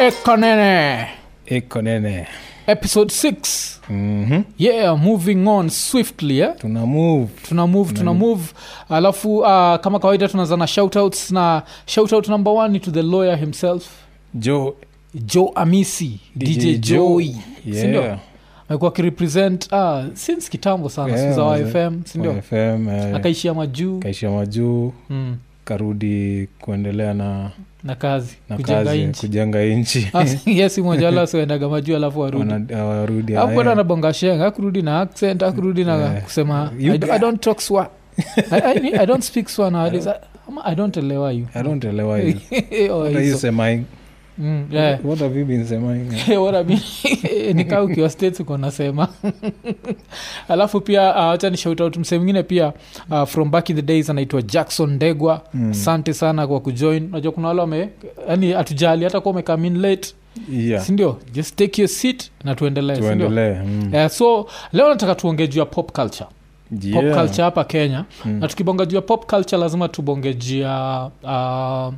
ekonene iko nene episode 6 mm-hmm. yeah moving on swiftly eh? tuna move tuna move Mm. tuna move alafu uh, kama kawaida tunaanza na shoutouts na shoutout number one ni to the lawyer himself jo joe amisi dj, DJ joy sindio yeah. amekuwa akirepresent uh, since kitambo sana Yeah, siku za manze. wafm sindio Kwa fm eh, akaishia majuu kaishia majuu mm, karudi kuendelea na, na kazi na kujenga kazi nchi Ah, kujenga nchi yes moja wala siwaendaga majuu alafu arudi Wana- hawarudi, Alafu bado eh. anabonga sheng akurudi na accent akurudi na Yeah. kusema You I, do- guy- I don't talk swa I, I, I don't speak swa nowadays I, I don't elewa you I don't elewa hiyo. Or What are you hizo. semaing? Mm, yeah. What have you been semaing? What I mean, ni kaa ukiwa states uko nasema alafu pia uh, wacha ni shout out msee mwingine pia uh, from back in the days anaitwa jackson ndegwa Mm. asante sana kwa kujoin najua kuna wale wame yani hatujali hata kuwa umecome in late Yeah. sindio just take your seat na tuendelee sindio tuendelee mm. Eh, so leo nataka tuonge juu ya pop culture pop Yeah. culture hapa kenya Mm. na tukibonga juu ya pop culture lazima tubonge juu ya uh,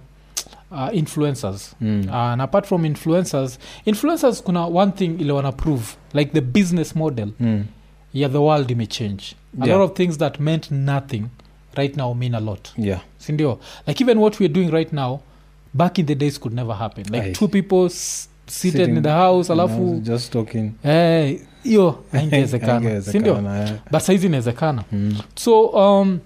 uh, influencers Mm. Uh, na apart from influencers influencers kuna one thing ile wana prove like the business model Mm. ya the world imechange a Yeah. lot of things that meant nothing right now mean a lot Yeah. sindio like even what weare doing right now back in the days could never happen like Aye. two people s- seated Sitting- in the house alafu I was just talking. Eh, hiyo haingewezekana sindio Haingewezekana, eh. but saizi inawezekana Mm. so um,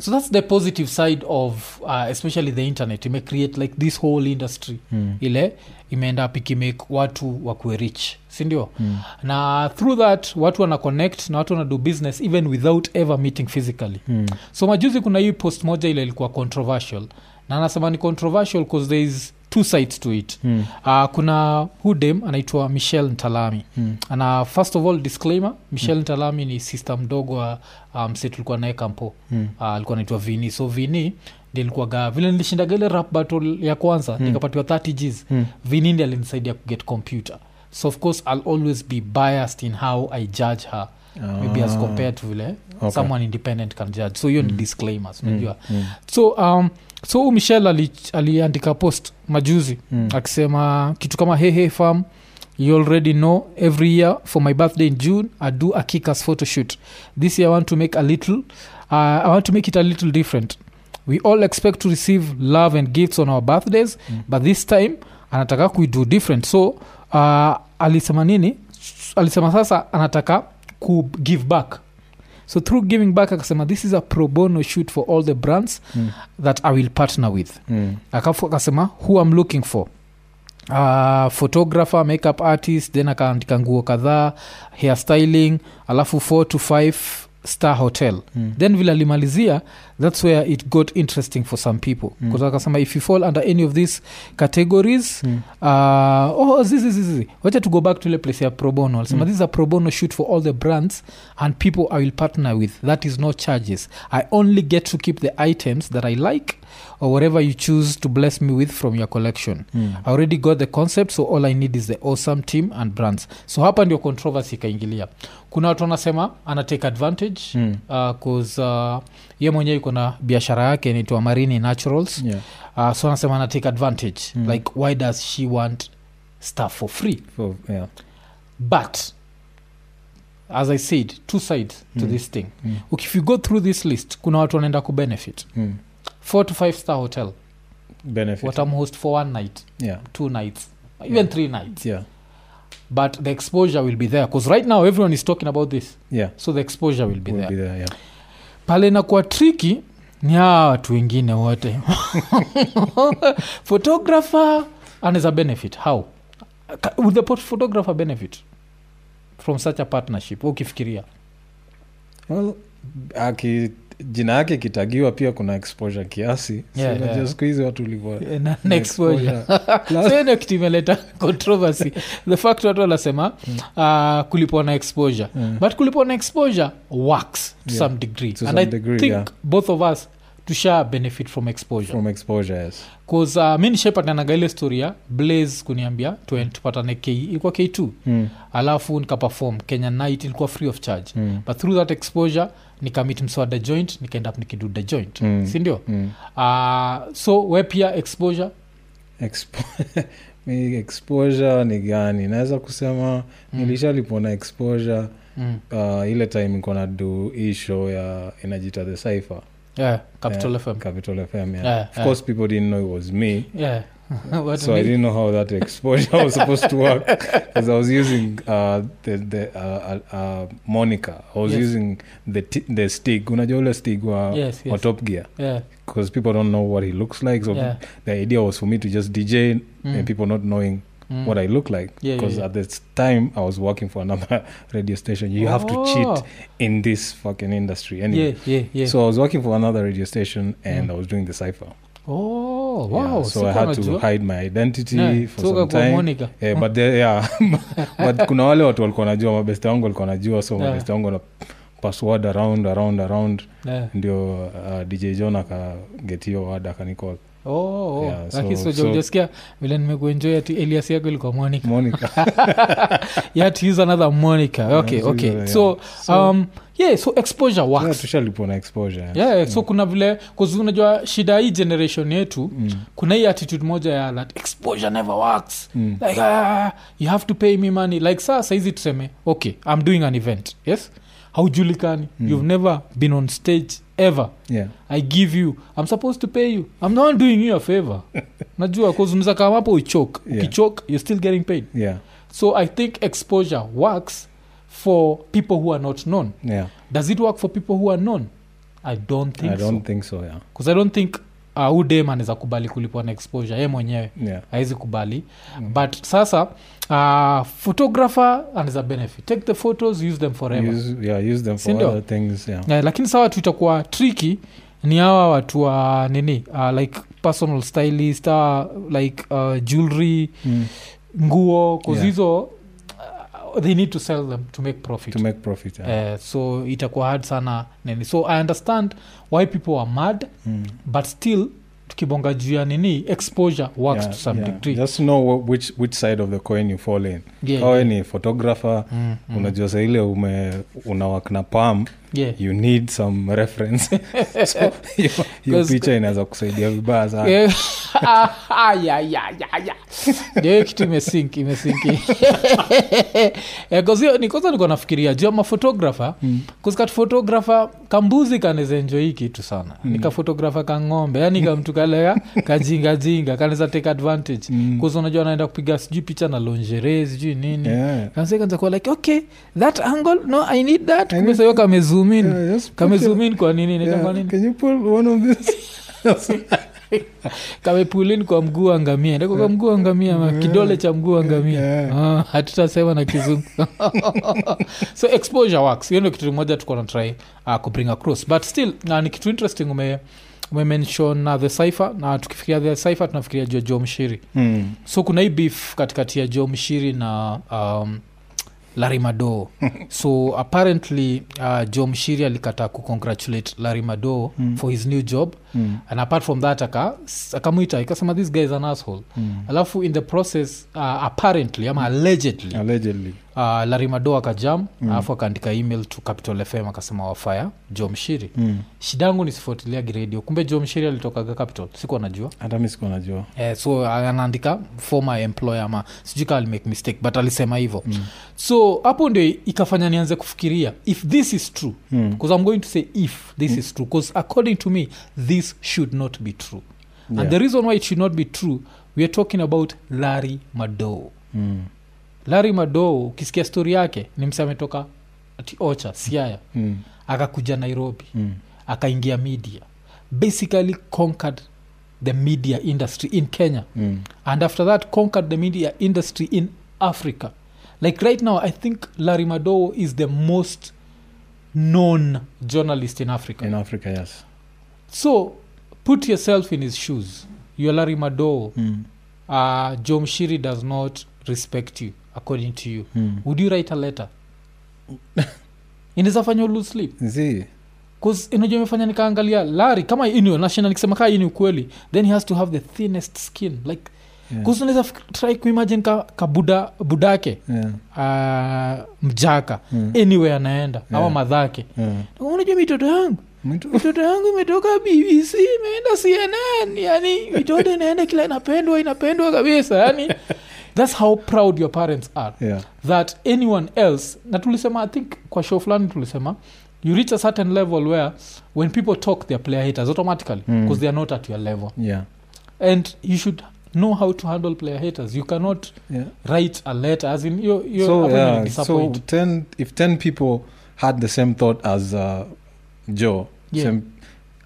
so that's the positive side of uh, especially the internet imecreate like this whole industry Mm. ile imeenda up ikimake watu wakuwe rich sindio Mm. na through that watu wana connect na watu wanado business even without ever meeting physically Mm. so majuzi kuna hii post moja ile ilikuwa controversial na anasema ni controversial bcause there is two sides to it Mm. uh, kuna hudem anaitwa michelle ntalami Mm. ana first of all disclaimer michelle mm. ntalami ni sister mdogo wa uh, mse tulikuwa naye kampo Mm. uh, alikuwa anaitwa vini so vini ndi ilikuwaga vile nilishindaga ile rap battle ya kwanza Mm. nikapatiwa 30 gs Mm. vini ndi alinisaidia kuget computer so of course i'll always be biased in how i judge her maybe as Ah. compared to vile Okay. someone independent can judge so hiyo ni Mm. disclaimers Mm. unajua Mm. so um, so huyu michel ali- aliandika post majuzi Mm. akisema kitu kama hey, hey farm you already know every year for my birthday in june i do a kikas photoshoot this year i want to make a little uh, i want to make it a little different we all expect to receive love and gifts on our birthdays Mm. but this time anataka kuido different so uh, alisema nini alisema sasa anataka ku give back so through giving back akasema this is a pro bono shoot for all the brands Mm. that i will partner with Mm. akafu akasema who am looking for Uh, photographer makeup artist then akaandika nguo kadhaa hair styling alafu 4 to 5 star hotel Mm. then vile alimalizia thats where it got interesting for some people Mm. mm. akasema if you fall under any of these categories Mm. uh, oh, zizi zizi wacha to go back to ile place ya probono alisema Mm. this is a probono shoot for all the brands and people i will partner with that is no charges i only get to keep the items that i like or whatever you choose to bless me with from your collection Mm. i already got the concept so all i need is the awesome team and brands so hapa ndio controversy ikaingilia kuna watu wanasema ana take advantage Mm. uh, cause uh, ye mwenyewe iko na biashara yake inaitwa marini naturals Yeah. uh, so anasema ana take advantage Mm. mm. like why does she want stuff for free For- yeah. but as i said two sides mm. to Mm. this thing Mm. if you go through this list kuna watu wanaenda kubenefit Mm. 4 to 5 star hotel Benefit. watamhost for one night Yeah. two nights even Yeah. three nights Yeah. but the exposure will be there because right now everyone is talking about this Yeah. so the exposure will be Will there be there, yeah. pale nakuwa triki ni hawa watu wengine wote photographer anaweza benefit how Ka- would the pot- photographer benefit from such a partnership Wewe ukifikiria Well, aki jina yake ikitagiwa pia kuna exposure kiasi So Yeah, unajua yeah. siku hizi watu ulivyo Na- na exposure. So hiyo ndio kitu imeleta controversy the fact watu wanasema uh, kulipwa na exposure Mm. but kulipwa na exposure works to Yeah, some degree to and some i degree, think yeah. both of us tusha benefit from exposure from exposure yes bcause uh, mi nishaipatanaga ile story ya blaze kuniambia tuen- tupatane k ilikuwa k2 mm. alafu nikapafom kenya night ilikuwa free of charge Mm. but through that exposure nikamit mswada joint nikaenda up nikidu the joint Ah, Mm. sindio Mm. uh, so we pia exposure Expo- mi exposure ni gani naweza kusema Hmm. mm. nilishalipwa na exposure mm. uh, ile time iko na do hii show ya inajita the cipher yeah, capital Yeah, fm capital fm yeah. Yeah, of yeah. course people didn't know it was me yeah What so a name. i didn't know how that exposure was supposed to work because i was using uh, the, the uh, uh, uh, monica i was Yes. using the, t- the stig unajua ule stig wa, yes, wa yes. top gear yeah, because people don't know what he looks like so yeah. the idea was for me to just dj Mm, and people not knowing mm. what i look like Yeah, yeah, because yeah. at this time i was working for another radio station you have to Oh. cheat in this fucking industry anyway yeah, yeah, yeah. So I was working for another radio station and Mm. I was doing the cipher. oh, wow. Yeah, so I had to hide my identity for some time. monica Eh, but the, yeah. but kuna wale watu walikuwa wanajua mabeste wangu walikuwa wanajua so Yeah. mabeste wangu wana password around around around yeah. ndio uh, dj john akaget hiyo wad akanicall oh, oh. Yeah, lakini so- soja so- ujasikia vile nimekuenjoy ati elias yako ilikuwa monica monica yeah, to use another monica okay Yeah, okay yeah. so um yeah so exposure yeah, works tushalipwa na exposure yeah. yeah, so kuna vile 'cause unajua shida hii generation yetu Mm. kuna hii attitude moja ya that exposure never works Mm. like ah, you have to pay me money like saa saizi tuseme okay i'm doing an event yes haujulikani Mm. you've never been on stage ever Yeah. i give you i'm supposed to pay you i'm not doing you a favor najua kuzunza kama hapo uchoke Yeah. ukichoke you're still getting paid Yeah. so i think exposure works for people who are not known Yeah. does it work for people who are known i don't think I don't so think so, yeah. 'Cause i don't think uh, huyu dem anaweza kubali kulipwa na exposure ye mwenyewe Yeah. hawezi kubali mm. but sasa uh, photographer anaweza benefit take the photos use them forever Use, yeah, use them for Sindio? other things, yeah. yeah, Eh, lakini sawa tu itakuwa triki ni hawa watu wa nini uh, like personal stylist uh, like uh, jewelry Mm. nguo 'cause Yeah. hizo uh, they need to sell them to make profit To make profit, yeah. Eh, so itakuwa hard sana nini so i understand why people are mad Mm. but still tukibonga juu ya nini exposure works Yeah, to some yeah. degree just know wh- which, which side of the coin you fall in yeah, kawe yeah. ni photographer Mm, mm. unajua saa ile ume unawak na pam yeah. you need some reference so hiyo- hiyo Because- picha inaweza kusaidia vibaya sana Eh, ah, ya, ya, ya, ya. Ndio hiyo kitu imesink imesinki Eh, nikoza niko nafikiria juu ya mafotografa Mm. kuskati fotografa kambuzi kanaweza enjoy hii kitu sana Hmm. mm. nikafotografa kang'ombe yani kamtu kalea kajingajinga kanaweza take advantage Mm. kuza unajua anaenda kupiga sijui picha na longere sijui nini Yeah. Kanza kanza kuwa like okay that angle no i need that I need- kumesa hiyo kamezumin Yeah, just put your- kamezumin kwa nini yeah, yeah. kwa nini can you pull one of this? kamepulin kwa mguu wa ngamia ndiko kwa mguu wa ngamia ama kidole cha mguu wa ngamia Yeah. Ah, hatutasema na kizungu so exposure works hiyo ndio kitu moja tuko na try uh, kubring across but still uh, ni kitu interesting ume umemention uh, the cipher na tukifikiria the cipher tunafikiria juu ya joe mshiri Mm. so kuna hii beef katikati ya joe mshiri na um, larry mado so apparently uh, joe mshiri alikataa kucongratulate larry mado Mm. for his new job Mm. and apart from that aka akamwita ikasema this guy is an asshole Mm. alafu in the process uh, apparently ama allegedly allegedly uh, larimado akajam Mm. alafu akaandika email to capital fm akasema wafaya jomshiri Mm. shida yangu nisifuatiliagi radio kumbe jomshiri alitokaga capital sikuwa najua hata mi sikuwa najua eh, so anaandika former employer ama sijui kaa alimake mistake but alisema hivyo Mm. so hapo ndio ikafanya nianze kufikiria if this is true Mm. because i'm going to say if this is true because according to me this should not be true and the Yeah. reason why it should not be true we are talking about larry mado Mm. larry mado ukisikia stori yake ni mse ametoka ati ocha siaya Mm. akakuja nairobi Mm. akaingia media basically conquered the media industry in kenya Mm. and after that conquered the media industry in africa like right now i think larry mado is the most known journalist in africa in africa yes so put yourself in his shoes you're larry mado mm. uh, joe mshiri does not respect you according to you Mm. would you write a letter inaweza fanya ulu sleep Zii. bcause inajua imefanya nikaangalia lari kama inio nashinda nikisema kaa ini ukweli then he has to have the thinnest skin like Yeah. yeah. unaweza fik- try kuimagine ka, ka buda, budake Yeah. uh, mjaka Mm. anywhere anaenda yeah. ama Yeah. madhake Yeah. unajua mitoto yangu Mtu- mtoto yangu imetoka bbc imeenda cnn yani mitoto inaenda kila inapendwa inapendwa kabisa yani that's how proud your parents are yeah that anyone else na tulisema i think kwa show fulani tulisema you reach a certain level where when people talk theyare player haters automatically Mm. because mm. theyare not at your level yeah and you should know how to handle player haters you cannot yeah write a letter as in you're, you're so so, yeah so disappoint 10 if 10 people had the same thought as uh, joe Yeah. same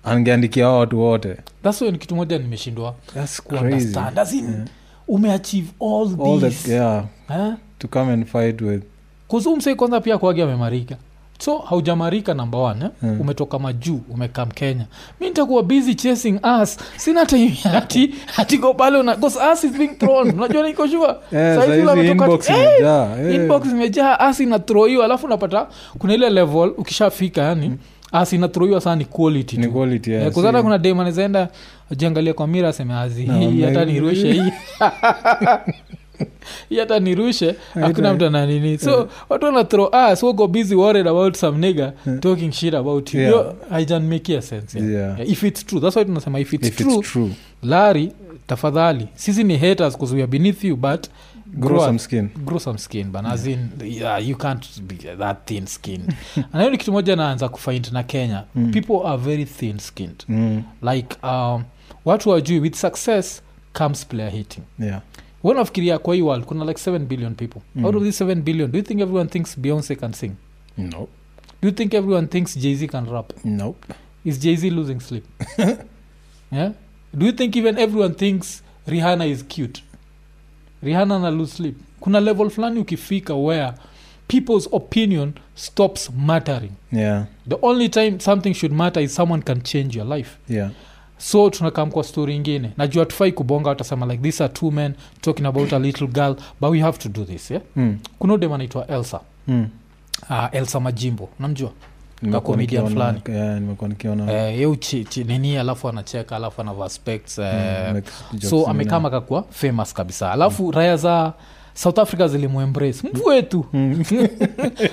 angeandikia hao watu wote that's why ni kitu moja nimeshindwa that's crazy kuunderstand as in Yeah. umeachieve all, all this that yeah eh? to come and fight with eh, kuzumsei kwanza pia kuagi amemarika so haujamarika namba one eh? Mm. umetoka majuu umekam kenya mi nitakuwa busy chasing us sina time ati atiko pale una- 'cause us is being thrown unajua niko sure yeah, Saizi saizi wametoka inbox eh. tu- eh, imejaa, yeah. inbox imejaa as inathroiwa alafu unapata kuna ile level ukishafika yani mm. as inathroiwa saa ni quality Ni tu. quality, yeah, Eh, 'cause hata see. kuna dem anawezaenda jiangalia kwa mira aseme azi Na, hii hata maybe. nirushe hii hii hata nirushe hakuna Haita- mtu ananini so watu wana throw us who go busy worried about some nigger talking shit about you Yeah. Yo, haijan make ya sense yeah. Yeah. Yeah, if its true that's why tunasema if its if true, it's true lari tafadhali sisi ni haters because we are beneath you but grow grow some skin grow some skin but as in yeah, you can't be that thin skinned na hiyo ni kitu moja naanza kufind na kenya Mm. people are very thin skinned mm. like um, watu wajui with success comes player hating yeah we nafikiria kwa hii world kuna like 7 billion people Mm. out of these 7 billion do you think everyone thinks beyonce can sing no do you think everyone thinks jay-z can rap no is jay-z losing sleep yeah? do you think even everyone thinks rihanna is cute rihanna na lose sleep kuna level fulani ukifika where people's opinion stops mattering yeah the only time something should matter is someone can change your life yeah so tunakam kwa story ingine najua tufai kubonga watasema like these are two men talking about a little girl but we have to do this yeah? mm. kuna udem anaitwa elsa Mm. uh, elsa majimbo namjua Nimekuwa comedian nikiona- fulani. yeah, nimekuwa nikiona eh, yeu chi- chi- nini alafu anacheka alafu anavaa specs eh, Mm, make so jokes zingine. amekama kakua famous kabisa alafu mm. raya za south africa zilimuembrace mvu wetu Mm.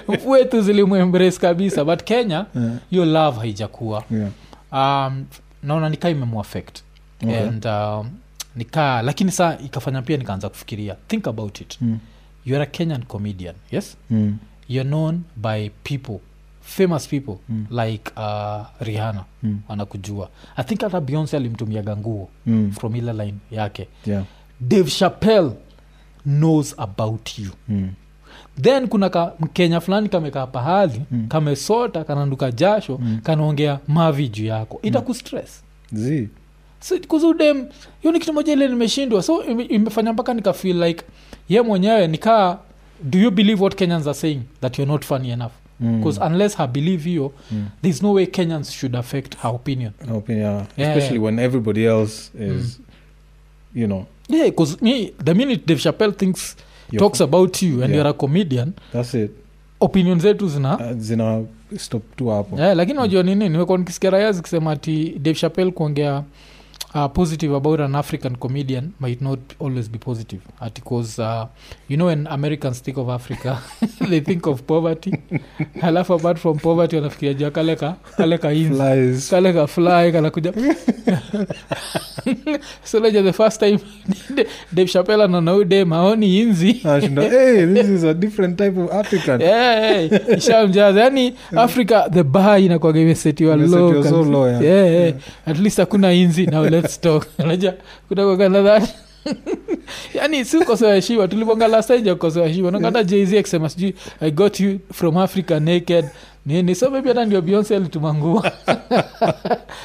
mvu wetu zilimuembrace kabisa but kenya Yeah, hiyo love haijakuwa yeah. um, naona nikaa imemuafect Okay. and um, nikaa lakini saa ikafanya pia nikaanza kufikiria think about it Mm. youare a kenyan comedian yes Mm. you're known by people famous people Mm. like uh, rihanna Mm. wanakujua i think hata beyonce alimtumiaga nguo Mm. from ile line yake Yeah. dave chapel knows about you Mm. then kuna ka, mkenya fulani kamekaa pahali Mm. kamesota kananuka jasho Mm. kanaongea mavi juu yako itakustress Zii. So, because udem hiyo ni kitu moja ile nimeshindwa so ime- imefanya mpaka nikafeel like ye mwenyewe nikaa do you believe what kenyans are saying that you're not funny enough Mm. because unless her believe hiyo Mm. there's no way kenyans should affect her opinion In my opinion, yeah. Yeah, Mm. especially yeah. when everybody else is you know yeah because me the minute dave chapel thinks your- talks about you and Yeah. you're a comedian that's it opinion zetu zina Uh, zina stop tu hapo yeah, Eh, lakini najua nini nimekuwa nikisikia raya zikisema ati dave chapel kuongea uh, positive about an african comedian might not always be positive ati cause uh, you know when americans think of africa they think of poverty alafu apart from poverty wanafikiria jua kaleka kaleka inzi flies kaleka fly kanakuja soleja the first time dave chapel ananaude maoni inzi Ashinda, Ah, hey this is a different type of african Yeah, yeah, ishamjaza yani africa the bar inakwaga imesetiwa Imesetiwa low so kabisa. low, yeah. Yeah, yeah. at least hakuna inzi now lets talk unajua kutakwaga na that yani si ukosewa heshima tulivonga last time jakukosewa heshima nakata jz akisema sijui i got you from africa naked nini so maybe hata ndio beyonce alituma nguo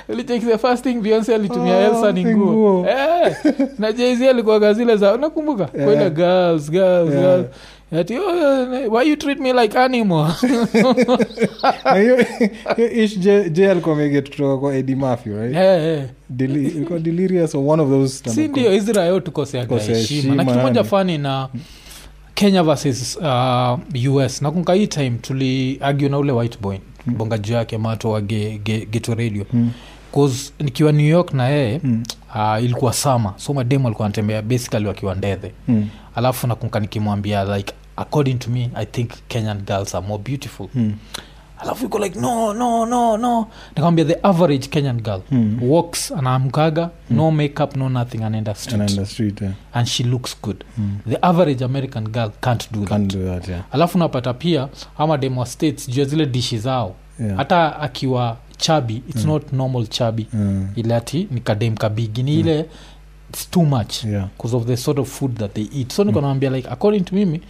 Ulicheck the first thing beyonce alitumia Oh, elsa ni ni nguo nguo. Eh, na jz alikuwaga zile za unakumbuka Yeah. kwenda girls girls Yeah. girls Ati, oh, why you treat me like animal Na hiyo hiyo ish j, j alikuwa ameget kutoka kwa eddie mafy right Eh, eh. Deli, ilikuwa delirious or one of those stand-up si ndio israel tukoseaga Tukosea heshima na heshima, kitu moja yani. fani na kenya versus uh, us nakunka hii time tuliagio na ule white boy Mm. bonga juu yake mato wa ge, ge, geto radio Mm. cause nikiwa new york na yeye Mm. uh, ilikuwa sama so mademu alikuwa anatembea basically wakiwa ndethe Mm. alafu nakunka nikimwambia like according to me i think kenyan girls are more beautiful Mm. alafu iko like no no no no nikamwambia the average kenyan girl Hmm. walks anaamkaga no makeup no nothing Hmm. anaenda street And on the street, yeah. and she looks good Hmm. the average american girl can't do Can't that do that, yeah. alafu napata pia ama demo states juu ya zile dishi zao Yeah. hata akiwa chabi its Mm. not normal chabi Mm. ile ati ni kadem kabigi ni ile its too much Yeah. Mm. because of the sort of food that they eat so niko naambia like according to mimi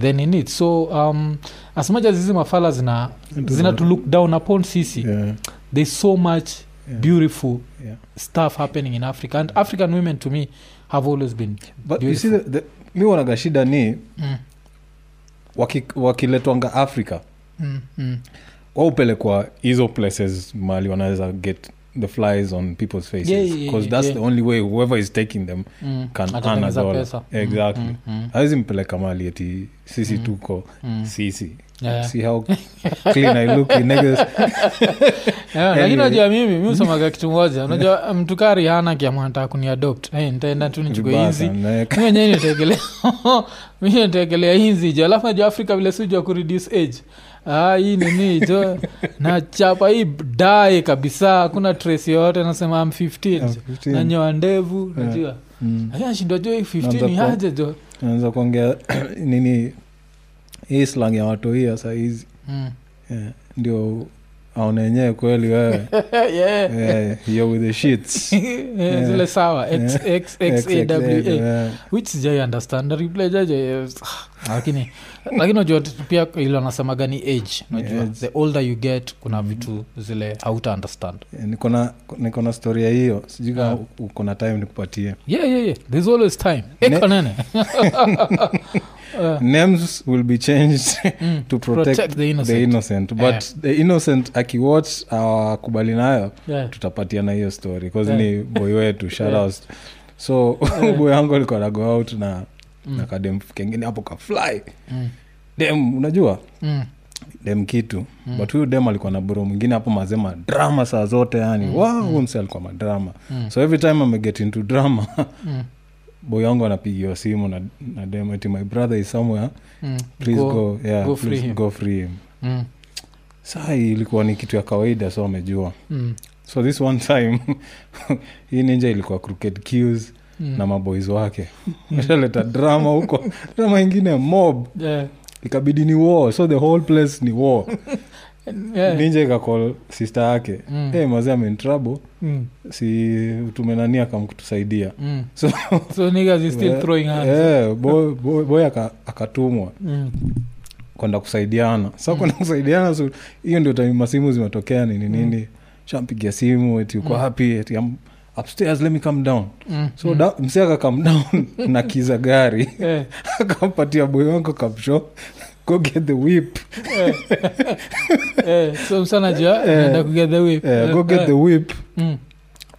then in it so um, as much as hizi mafala zina zina to look down upon sisi yeah. Yeah. there's so much Yeah. beautiful Yeah. stuff happening in africa and african women to me have always been but you see the, the, mi wanaga shida ni mm, waki- wakiletwanga africa mm, mm. waupelekwa hizo places mali wanaweza get the flies on people's faces Yeah, yeah, yeah, Because that's yeah. the only way whoever is taking them Mm, Can earn a atatengeneza dollar. pesa. Mm, Exactly. mm, mm, hawezi mpeleka mali eti sisi Mm. tuko mm. sisi Yeah. see how clean i look in niggas. Yeah, lakini Anyway. najua mimi mi usemaga kitu moja unajua um, mtukaa rihana kiamwantaa kuniadopt hey, nitaenda tu nichukue Vibaya hizi sana. Eh, mi wenyewe nitegelea mi nitegelea hizi jo alafu najua afrika vile sijua kureduce age Ah, hii nini jo nachapa hii dae kabisa hakuna trace yoyote nasema am 15 jo 15. nanyoa ndevu Yeah. najua Mm. lakini nashindwa jo hii Naanza 15 ni kwa- aje jo naanza kuongea nini hii slang ya watoia sahizi Mm. yeah. eh, ndio aona yenyewe kweli wewe Yeah. yeah, you're with the shits Eh. Yeah, Eh, zile sawa X- X- X- A W A. which sijai understand Na reply jaje yes. eh, ah, lakini lakini unajua t- pia ile wanasemaga ni age unajua Age. the older you get kuna vitu zile hauta understand eh, nikona storia hiyo sijui kama Yeah. u- uko na time nikupatie yeah yeah yeah there's always time Ne- eko nene Uh, names will be changed mm, to protect, the innocent Eh. the innocent but Yeah. the innocent akiwatch awakubali nayo yeah. tutapatiana hiyo story bcause Yeah. ni boy wetu shout Yeah. out. so Yeah. boy yangu alikuwa na go out na, na Eh. mm, kadem kengine hapo kafly mm, dem unajua mm, dem kitu Mm. mm. but huyu dem alikuwa na bro mwingine hapo mazema drama saa zote yani Mm, mm. wow, mm. huyu mse alikuwa madrama mm, so every time ameget into drama mm, boy wangu anapigiwa simu na, na dem ati my brother is somewhere mm. please go, go, yeah, go go, free please him." go free him Mm, saa hii ilikuwa ni kitu ya kawaida so amejua mm, so this one time hii ninja ilikuwa crooked cues mm. na maboys wake washaleta drama huko drama ingine mob Yeah, ikabidi ni war so the whole place ni war yeah. ninja ikakol sister yake Mm, hey, mazee ameintrabo mm, si tumenani akamkutusaidia mm. So- so niggas is still Eh, throwing hands eh, boy- boy- boy aka- akatumwa Mm, kwenda kusaidiana sa so, Mm. kwenda kusaidiana so, hiyo ndio taima simu zimetokea nini Hmm. nini shampigia simu eti uko Mm. happy eti I'm upstairs let me come down mm, so mm. mm. da, msi akakam down na kiza gari Eh, akampatia boy wangu kapsho go get the whip eh. Eh, so msana jua Eh, naenda kugethe whip. uh, go get the whip Mm,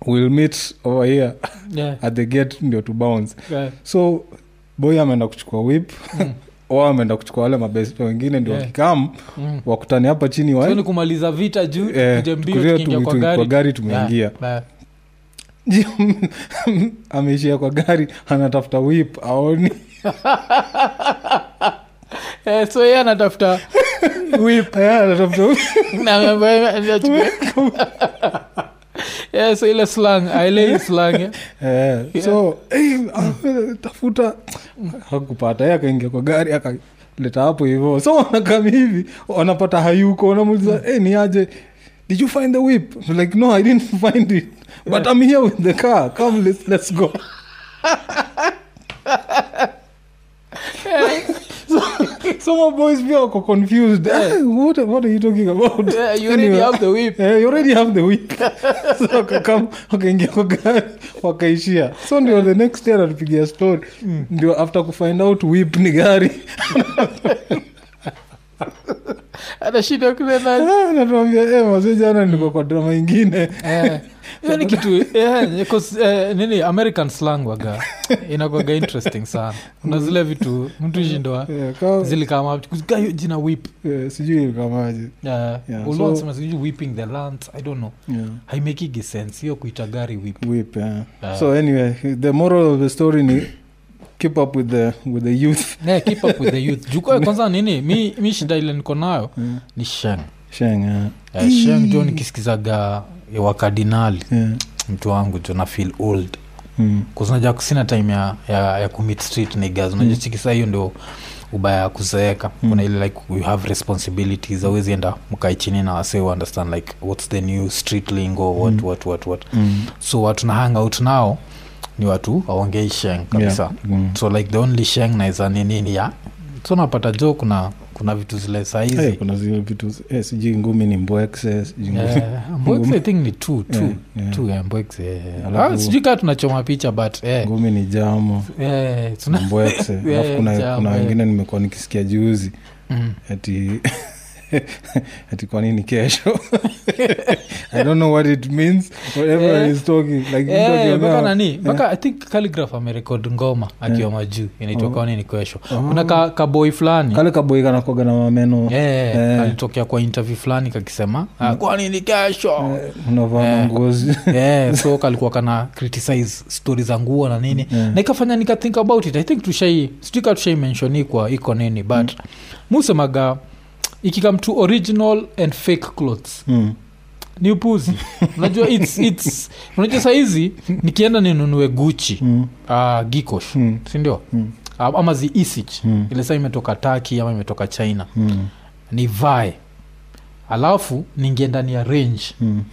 we'll meet over here yeah, at the gate ndio to bounce yeah, so boy ameenda kuchukua whip mm, wao ameenda kuchukua wale mabest wengine ndio Yeah. wakikam mm. wakutane hapa chini wa- So ni kumaliza vita juu eh, tuje mbio kulia tukiingia tumi- kwa tumi- kwa gari gari tumeingia Yeah, Jim, ameishia kwa gari anatafuta whip aoni yeah. Eh, so yeye anatafuta whip Eh, anatafuta whip. na mambo ya- ya chukua. Eh, so ile slang aile slang eh. Eh, so eh, ah, tafuta hakupata ye akaingia kwa gari akaleta hapo hivo so wanakam hivi wanapata hayuko wanamuliza hey, ni aje did you find the whip I'm like no i didn't find it but i'm here with the car come let's, let's go some of boys pia wako confused "Eh, what, what are you talking about Eh, you already have the whip. Eh, you already have the whip so wakakam wakaingia kwa gari wakaishia so ndio the next year alipigia story ndio after kufind out whip ni gari anashinda kule na Ah, natuambia eh, mazee jana nilikuwa kwa drama ingine Eh, hiyo ni kitu eh, 'cause, eh, nini american slang waga inakwaga interesting sana kuna Mm. zile vitu mtu shindwa Eh, ka- zilikaamayo jina whip eh, sijui kamaje Yeah, so- ulwasema sijui whipping the lands i don't know yeah. haimekigi sense hiyo kuita gari whip whip yeah. Ah. so anyway the moral of the story ni keep up with the, with the youth Ne, keep up with the youth Juu kwa- kwanza nini mi, mi shida ile niko nayo Mm. ni sheng sheng yeah. Eh, sheng jo nikisikizaga ya wakardinali Yeah. mtu wangu jo na feel old Mm. kuznaja kusina time ya, ya, ya kumit street nigas unajua Mm. chikisa hiyo ndio ubaya ya kuzeeka Mm. kuna ile like you have responsibilities awezi enda mkae chini na wase understand like whats the new street lingo what, Mm. what, what, what Mm. so watu na hang out nao ni watu aongei sheng kabisa Yeah. Mm. so like the only sheng naeza ni nini ya so napata jo kuna kuna vitu zile saizi Hey, kuna zile vitu eh, sijui ngumi ni mbwekse sijui ngumi- Eh, Mboexe I think ni two, two, Yeah, yeah. two, eh, Mboexe, eh. Alafu- Ah, sijui kaa tunachoma picha but eh, ngumi ni jamo eh, tuna- mbwekse Yeah, alafu kuna, jamo, kuna yeah. wengine nimekuwa nikisikia juzi Mm. ati ati kwa nini kesho i don't know what it means but everyone Eh. is talking like mtu Eh, akiona- mpaka nani mpaka i think Khaligraph amerekod ngoma akiwa majuu inaitwa Oh. kaonini kesho Oh. kuna ka- kaboi fulani kale kaboi kanakwaga na mameno Eh, Eh. Mm. alitokea kwa interview fulani kakisema ah, kwanini kesho eh, unavaa Eh. mangozi Eh, so kalikuwa kana criticize stori za nguo na nini Eh. na ikafanya nikathink about it i think tushai sijui ka tushai mention hii kwa iko nini but Mm. musemaga ikikam to original and fake clothes Mm. ni upuzi unajua it's, it's, unajua sahizi nikienda ninunue guchi Mm. uh, gikosh Mm. sindio Mm. uh, ama zi isich Mm. ile saa imetoka taki ama imetoka china Mm. nivae alafu ningeenda ni arrange Mm.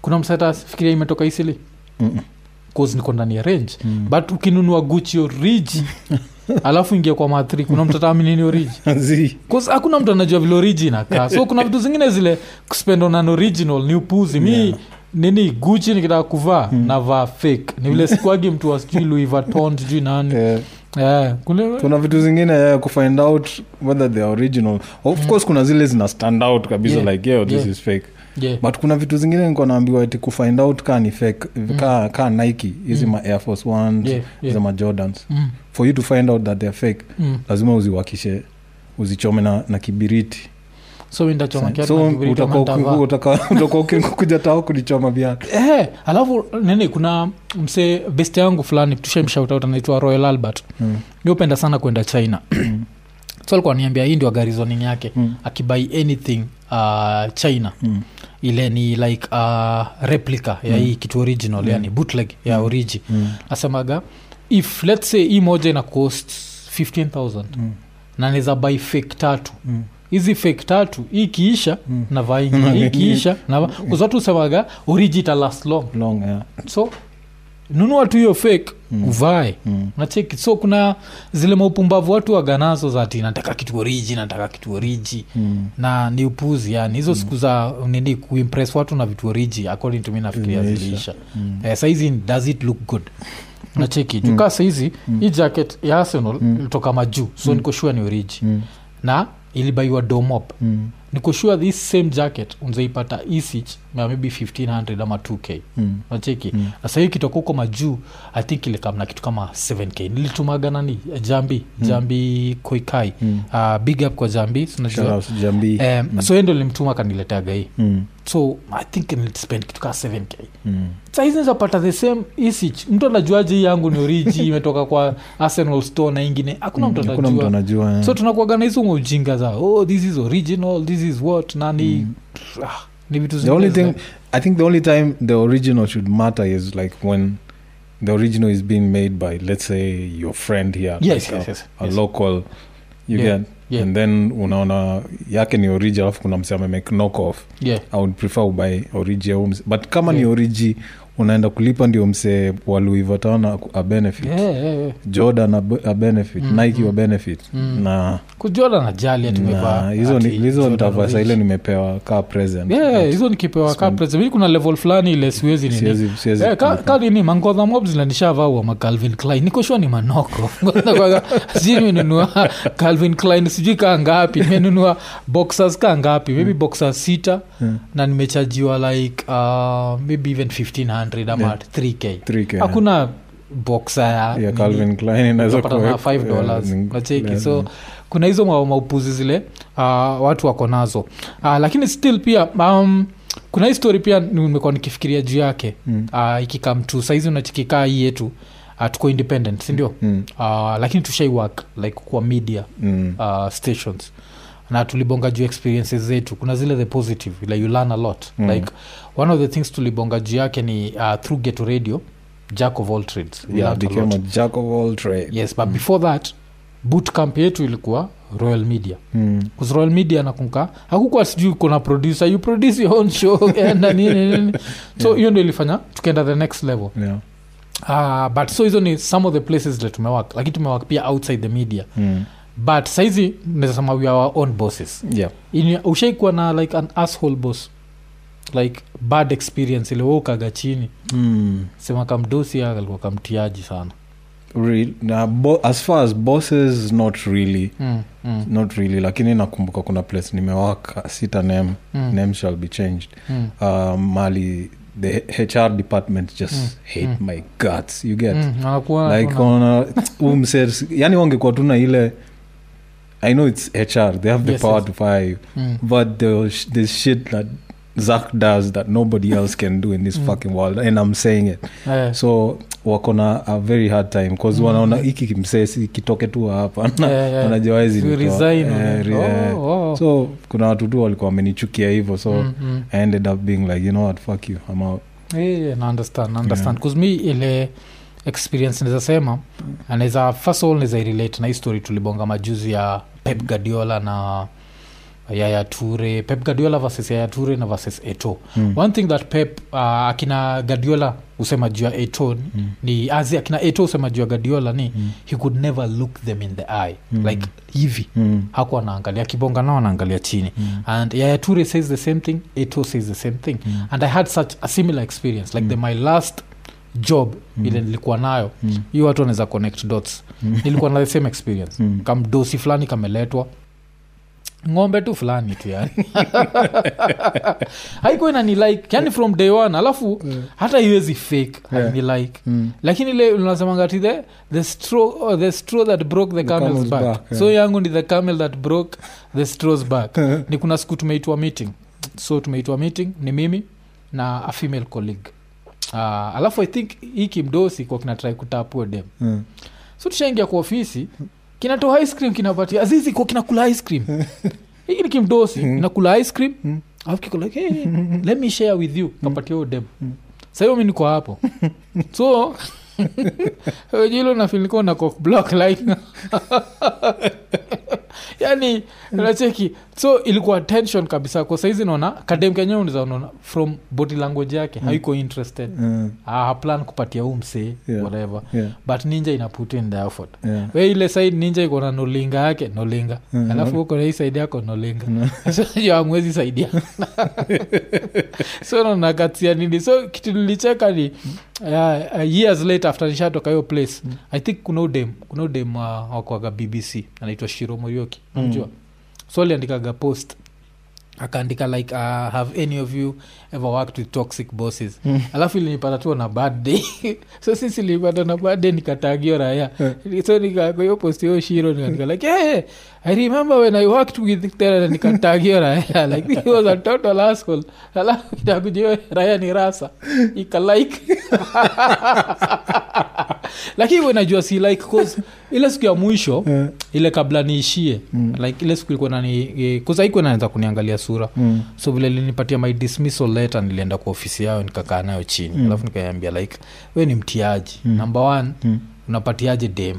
kuna msata fikiria imetoka isili Mm. cause niko ndani ya range Mm. but ukinunua guchi oriji alafu ingia kwa mathri kuna mtu ataaminini oriji Zi. Cause hakuna mtu anajua vile oriji inakaa so kuna vitu zingine zile kuspend on an original ni upuzi mi Yeah. nini guchi nikitaka kuvaa Mm. navaa fake ni vile sikuagi mtu wa sijui louis vuitton sijui nani Eh, eh, kule kuna vitu zingine eh, kufind out whether they are original of course kuna zile zina stand out kabisa Mm. Yeah. like yeah, this Yeah. is fake yeah. but kuna vitu zingine niko naambiwa ati kufind out kaa ni fake kaa ka nike hizi Mm. ma air force ones Yeah, yeah. hizi ma jordans Mm, for you to find out that they're fake mm. lazima uziwakishe uzichome na, na kibiriti so mi nitachoma kiatu so na kibiriti ama utakuwa nitavaa. uki- utaka- utakuwa ukikuja tao kulichoma viatu Eh, alafu nini kuna msee best yangu fulani tushaimshautout anaitwa royal albert Mm. niupenda sana kwenda china so alikuwa niambia hii ndio agarizonini yake Mm. akibai anything uh, china Mm. ile ni like uh, replica ya hii kitu original yani bootleg ya origi Mm. asemaga if let's say hii moja ina cost 15000 Mm. na naweza bai fake tatu Mm. hizi fake tatu hii kiisha Mm. navaa ingine hii kiisha navaa kuzatu usemaga origi ita last long long yeah. so nunua tu hiyo fake Mm. uvae mm. nacheki so kuna zile maupumbavu watu waganazo za ati nataka kitu oriji nataka kitu oriji Mm. na ni upuzi yani hizo siku za nini kuimpress watu na vitu oriji according to mi nafikiria Zimeisha. ziliisha Mm. eh, saizi does it look good nacheki jukaa saizi Mm. hii jacket ya arsenal Mm. ilitoka majuu so Mm. niko sure ni oriji Mm. na ilibaiwa domop Mm. niko sure this same jacket unzaipata isich maybe 1500 ama 2k Mm. nacheki Mm. na sahii kitoka huko majuu i think ilikam na kitu kama 7k nilitumaga nani jambi Hmm. jambi koikai Mm. uh, big up kwa jambi si unajua? Shout out Hmm. to Jambi. um, so yeye ndio limtuma akanileteaga hii Mm. so i think nilispend kitu kaa 7k Mm. saizi napata the same isich mtu anajuaje hii yangu ni oriji imetoka kwa arsenal store na ingine hakuna mtu mm. Hmm, Hakuna mtu atajua anajua eh. so tunakuaga na hizo ujinga za oh this is original this is what nani ah, ni vitu Mm. the only zingine thing za- i think the only time the original should matter is like when the original is being made by let's say your friend here yes, like yes, a, yes, a yes. local you Yeah, get yeah. and then unaona yake ni origi alafu kuna mse amemake knock off yeah i would prefer ubuy origi au mse but kama ni Yeah. origi unaenda kulipa ndio mse wa Louis Vuitton a- a benefit yeah, yeah, yeah. jordan a, be- a benefit Mm, nike a mm. benefit Mm. na kujola na jali ati umevaa na hizo ni- ati hizo Jordan nitavaa Origi. saile nimepewa kaa present Yeah, hizo nikipewa Spend- kapresmii kuna level fulani ile siwezi nini Siwezi- siwezi Mm. Eh, ka- kulipa. ka nini mangodha mob zinanishavaa uama calvin klein nikoshua ni manoko Nakuwaga, sijui nimenunua calvin klein sijui kaa ngapi nimenunua boxers kaa ngapi maybe boxers sita Mm. na nimechajiwa like uh, maybe even 1500 ama Yeah. 3k 3K, yeah. hakuna boxer ya ya nini, calvin klein inaweza unapata na kuwa- 5 dollars Yeah, ni- nacheki yeah, so kuna hizo ma- maupuzi zile uh, watu wako nazo uh, lakini still pia um, kuna hii story pia nimekuwa nikifikiria juu yake Mm. uh, ikikamtu saizi unachikikaa hii yetu uh, tuko independent sindio Mm, uh, lakini tushai work like kwa media mm, uh, stations na tulibonga juu experiences zetu kuna zile the positive like you learn a lot Mm. mm. like one of the things tulibonga juu yake ni uh, through geto radio jack of all trades We yeah, learnt a became Mm. lot. a jack of all trades yes but before that boot camp yetu ilikuwa royal media Mm, Because royal media nakunka hakukuwa sijui kuna producer you produce your own show eh, na nini nini so hiyo ndio ilifanya tukaenda the next level Yeah. uh, but so hizo ni some of the places that tumewak lakini tumewak pia outside the media Mm. but saizi nazasema we are our own bosses Yeah. In- ushaikuwa na like an asshole boss like bad experience ile wewe ukaga chini Mm. sema kamdosi alikuwa kamtiaji sana Real, na bo, as far as bosses not really mm, mm, not really lakini nakumbuka kuna place nimewaka sita name mm, name shall be changed mm, uh, mali the hr department just Mm. hate Mm. my guts you get mm, anakuwa- like una- on a, huu msee s- yani wangekuwa tuna ile i know its hr they have the Yes, power yes. to fire you mm, but the, sh- the shit that zak does that nobody else can do in this Mm. fucking world and i'm saying it eh, so wakona a very hard time bcause Mm. wanaona hiki kimsesi kitoke tu hapa eh, eh, wanajawaizi you resign, unaenda. Oh, oh. so kuna watu tu walikuwa wamenichukia hivyo so Mm, mm. i ended up being like you know what fuck you i'm out Eh, na understand na understand yeah. mi ile experience nizasema anaweza first of all naweza irelate na hii story tulibonga majuzi ya pep guardiola na yaya ture pep guardiola versus yaya ture na versus eto Mm. one thing that pep uh, akina guardiola husema juu ya eto ni- Mm. ni azi akina eto husema juu ya guardiola ni Mm. he could never look them in the eye Mm. like hivi Mm. hakuwa anaangalia kibonga nao anaangalia chini Mm. and yaya ture says the same thing eto says the same thing Mm. and i had such a similar experience like mm. the, Mm. my last job Mm. mm. ile nilikuwa nayo Mm. hiyo watu wanaweza connect dots Mm. nilikuwa na the same experience Mm. kamdosi fulani kameletwa ng'ombe tu fulani tu yani haikuwa inani like yani from day one alafu hata iwezi fake Yeah. yeah. ni like Mm. lakini ile unasemanga ti the, the, straw, oh, the straw that broke the, The camel's, camel's back, back, yeah. so yangu ni the camel that broke the straw's back ni kuna siku tumeitwa meeting so tumeitwa meeting ni mimi na a female colleague uh, alafu i think hii kimdosi kwa kinatrai kutapua dem Mm. so tushaingia kwa ofisi kinatoa ice cream kinapatia azizi kwa kinakula ice cream hiki ni kimdosi Mm. inakula ice cream Mm. alafu kiko like hey, let me share with you kapatia huyo dem Sa hiyo mi niko hapo so jilo nafiliko na cock block like yani nacheki so ilikuwa tension kabisa kwa saizi naona kadem kenyewe unaweza unaona from body language yake Mm. haiko interested Mm. Ah, haplan kupatia huu msee Yeah. whatever Yeah. but ninja ina put in the effort Yeah. we ile side ninja iko na nolinga yake nolinga Mm. alafu huko na hii side yako nolinga Mm. so amwezi saidia so nanakatia nini so kitu nilicheka ni uh, uh, years later after nishatoka hiyo place Mm. i think kuna udem kuna udem uh, wakwaga bbc anaitwa shiro morioki Mm. namjua so aliandikaga post akaandika like uh, have any of you ever worked with toxic bosses Mm. alafu ilinipata tu na birthday so sisi ilipata na birthday nikatagio raya Yeah. so nika- kwa hiyo post hiyo shiro nikaandika like yeah, i remember when i worked with tena nikatagio raya like he was a total asshole alafu itakujio raya ni rasa ikalike lakini huwa najua si like 'cause ile siku ya mwisho Yeah. ile kabla niishie Mm. like ile siku ilikuwa nani eh, kuzaikwe naanza kuniangalia sura Mm. so vile linipatia my dismissal letter nilienda kwa ofisi yao nikakaa nayo chini Mm. mm. alafu nikaiambia like we ni mtiaji Mm. mm. number one Mm. unapatiaje dem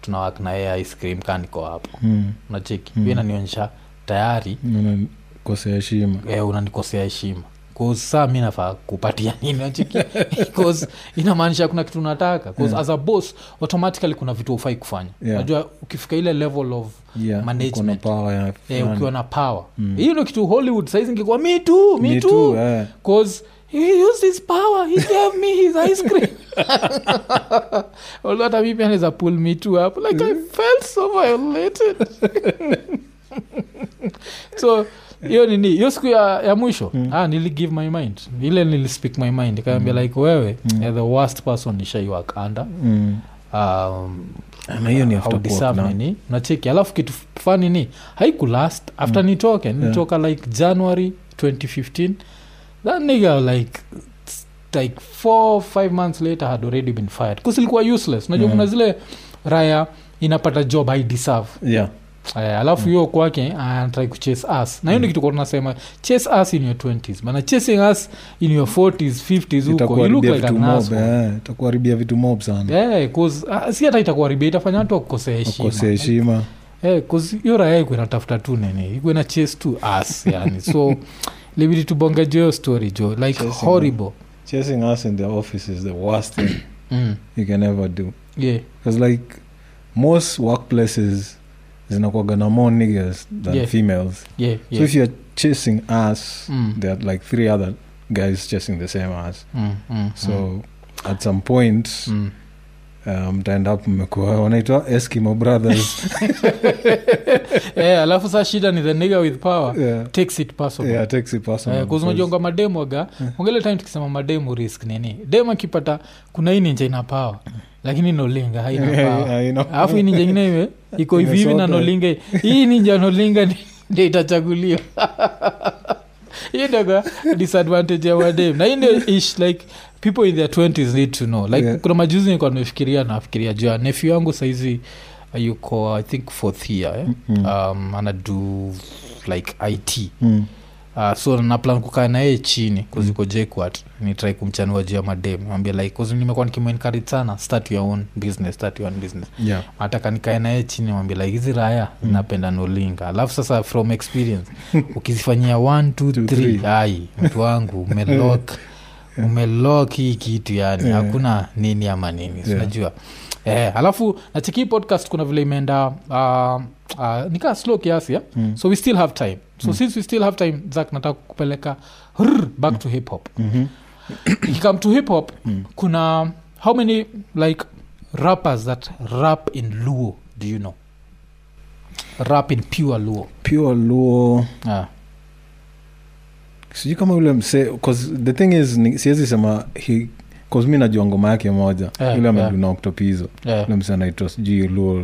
tunawak na yeye ice cream kaa niko hapo Mm. unacheki Mm. mm. nanionyesha tayari unanikosea heshima eh, unanikosea heshima 'Cause saa mi nafaa kupatia nini unacheki? 'Cause inamaanisha kuna kitu unataka 'Cause Yeah. as a boss automatically kuna vitu ufai kufanya Yeah. najua ukifika ile level of Yeah, Management. uko na power ya eh, fulani. ukiwa na power Mm. hiyo ndio kitu hollywood saizi ingekuwa me too me, Me too, too, eh. because he used his power he gave me his ice cream although hata mi pia naweza pull me too up like Mm-hmm. i felt so violated so hiyo nini hiyo siku ya, ya mwisho Mm. ah, nili give my mind ile nilispeak my mind ikaambia like wewe Mm. you're the worst person nishaiwak under Mm. um, Ama hiyo ni How after deserve work na- nini nacheki alafu kitu fani ni haikulast Mm. after nitoke nitoka like january 2015 that nigga like s- like four five months later had already been fired kusilikuwa useless unajua Mm. kuna zile raya inapata job i deserve Yeah. eh, alafu Mm. hiyo kwake ah, anatrai kuchase us na hiyo ni kitu kwa tunasema chase us in your 20s maana chasing us in your 40s 50s huko you look itakuharibia like vitu an mob asshole eh, itakuharibia vitu mob sana Eh, 'cause, ah, si hata itakuharibia itafanya watu wakukosea akose heshima heshima Eh, 'cause hiyo raya ikuwa inatafuta tu nini ikuwa ina chase tu us yani so libidi tubonge jo hiyo story jo like Chasing us. horrible chasing us in the office is the worst thing mm. you can ever do yeah. because like most workplaces zinakwaga na more niggas than Yeah. females Yeah, so yeah. if you're chasing us Mm. there are like three other guys chasing the same us Mm, mm, so mm, at some point mm. um, mtaenda hapo mmekuwa wanaitwa eskimo brothers Eh, alafu saa shida ni the nigger with power yeah. takes it personal yeah, takes it personal Eh. Eh, 'cause unajonga mademu aga ongele time tukisema mademu risk nini demu akipata kuna hii ninja ina pawa lakini nolinga haina Yeah, yeah, pawa I know. alafu hii ninja ingine iwe iko hivi hivi na Imesota. nolinga hii ninja nolinga ni- ndio itachaguliwa hii ndoga disadvantage ya mademu na hii ndio ish like people in their 20s need to know like Yeah. kuna majuzi nilikuwa nimefikiria nafikiria juu ya nephew yangu saizi uh, yuko i think fourth year eh? Mm. um, anadu like it Mm. uh, so naplan kukaa naye chini kuziko jekwat nitrai kumchanua juu ya madem ambia like 'cause nimekuwa nikimenkarit sana start your own business start your own business Yeah. nataka nikae naye chini mwambia like hizi raya Mm. napenda nolinga alafu sasa from experience ukizifanyia 1 Two, 2 three. 3 ai mtu wangu umelok umelok hii kitu yani Yeah. hakuna nini ama nini Yeah. sinajua eh, alafu nachiki hii podcast kuna vile imeenda uh, uh, nikaa slow kiasi ya? Mm. so we still have time so Mm. since we still have time zak nataka kupeleka rrr, back to hip hop Mhm. ikikam to hip hop Mm. kuna how many like rappers that rap in luo do you know rap in pure luo pure luo ah. sijui kama yule msee 'cause the thing is ni- siwezi sema he- 'cause mi najua ngoma yake moja Yeah, yule yeah. ameduna oktopizo yeah. Hmm. yule msee anaitwa sijui luo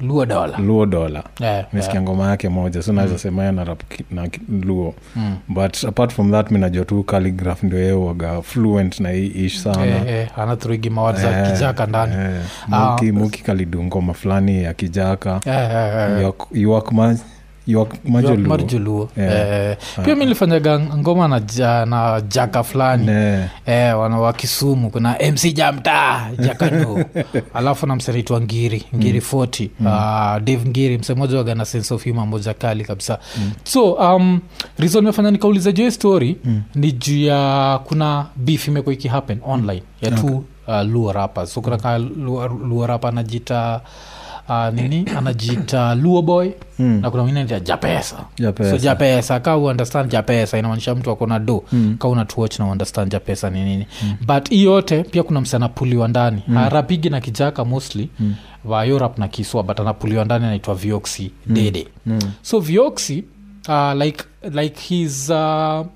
luo dola luo dola yeah, mesikia yeah. ngoma yake moja so naweza Eh. Mm. sema yeye ana rap ki- na ki- luo Mm. but apart from that mi najua tu caligraph ndio yeye waga fluent na hii ish Eh, sana eh, anathurigi mawadi za Eh, kijaka ndani eh. Ah. muki muki kalidu ngoma fulani ya kijaka Eh, eh, eh. Yuak yuakmajoluo Marjuluo. Yeah. Eh, pia mi nilifanyaga ngoma na, ja, na jaka fulani eh, wana wa kisumu kuna mc jamta jakado alafu na msanaitwa ngiri ngiri 40 mm. dave ngiri mse moja waga na sense of humor moja kali kabisa mm. so um, reason imefanya nikauliza juu hii story mm. ni juu ya kuna beef imekuwa ikihappen online ya tu okay. uh, luo rapa so kuna ka luo, luo rapa anajita uh, nini anajita luo boy na kuna mwingine anaita japesa so japesa ka uundestand japesa inamaanisha mtu akona do Mm. ka una tuoch na uundestand japesa ni nini but hii yote pia kuna msi anapuliwa ndani mm. arapigi na kijaka mostly mm. vayorap na kiswa but anapuliwa ndani anaitwa vioxi mm. dede so vioxi uh, like, like his uh,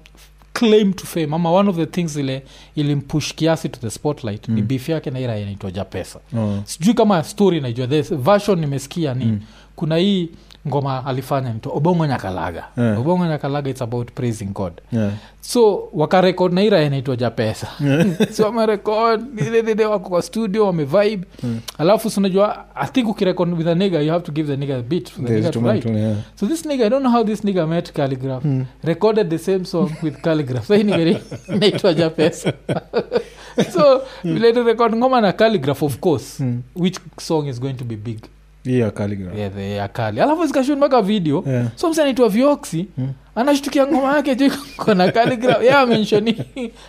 claim to fame ama one of the things ile ilimpush kiasi to the spotlight mm. ni beef yake na ira inaitwa japesa Oh. sijui kama story naijua this version nimesikia ni mm. kuna hii ngoma alifanya nito obongo nyakalaga Yeah. obongo nyakalaga its about praising god so wakarekod naira inaitwa japesa so wamerekod didedede wako kwa studio wamevibe Mm. alafu sunajua i think ukirekod with a nigger you have to give the nigger the beat for the nigger to write so this nigger i don't know how this nigger met calligraph Mm. recorded the same song with calligraph so hii nigger inaitwa japesa so vile record ngoma na calligraph of course which song is going to be big yeah, the ya kali alafu zikashut mpaka video Hmm. so msa anaitwa vioxi Mm. anashtukia ngoma yake juu kona kaligraf yeah, amenshoni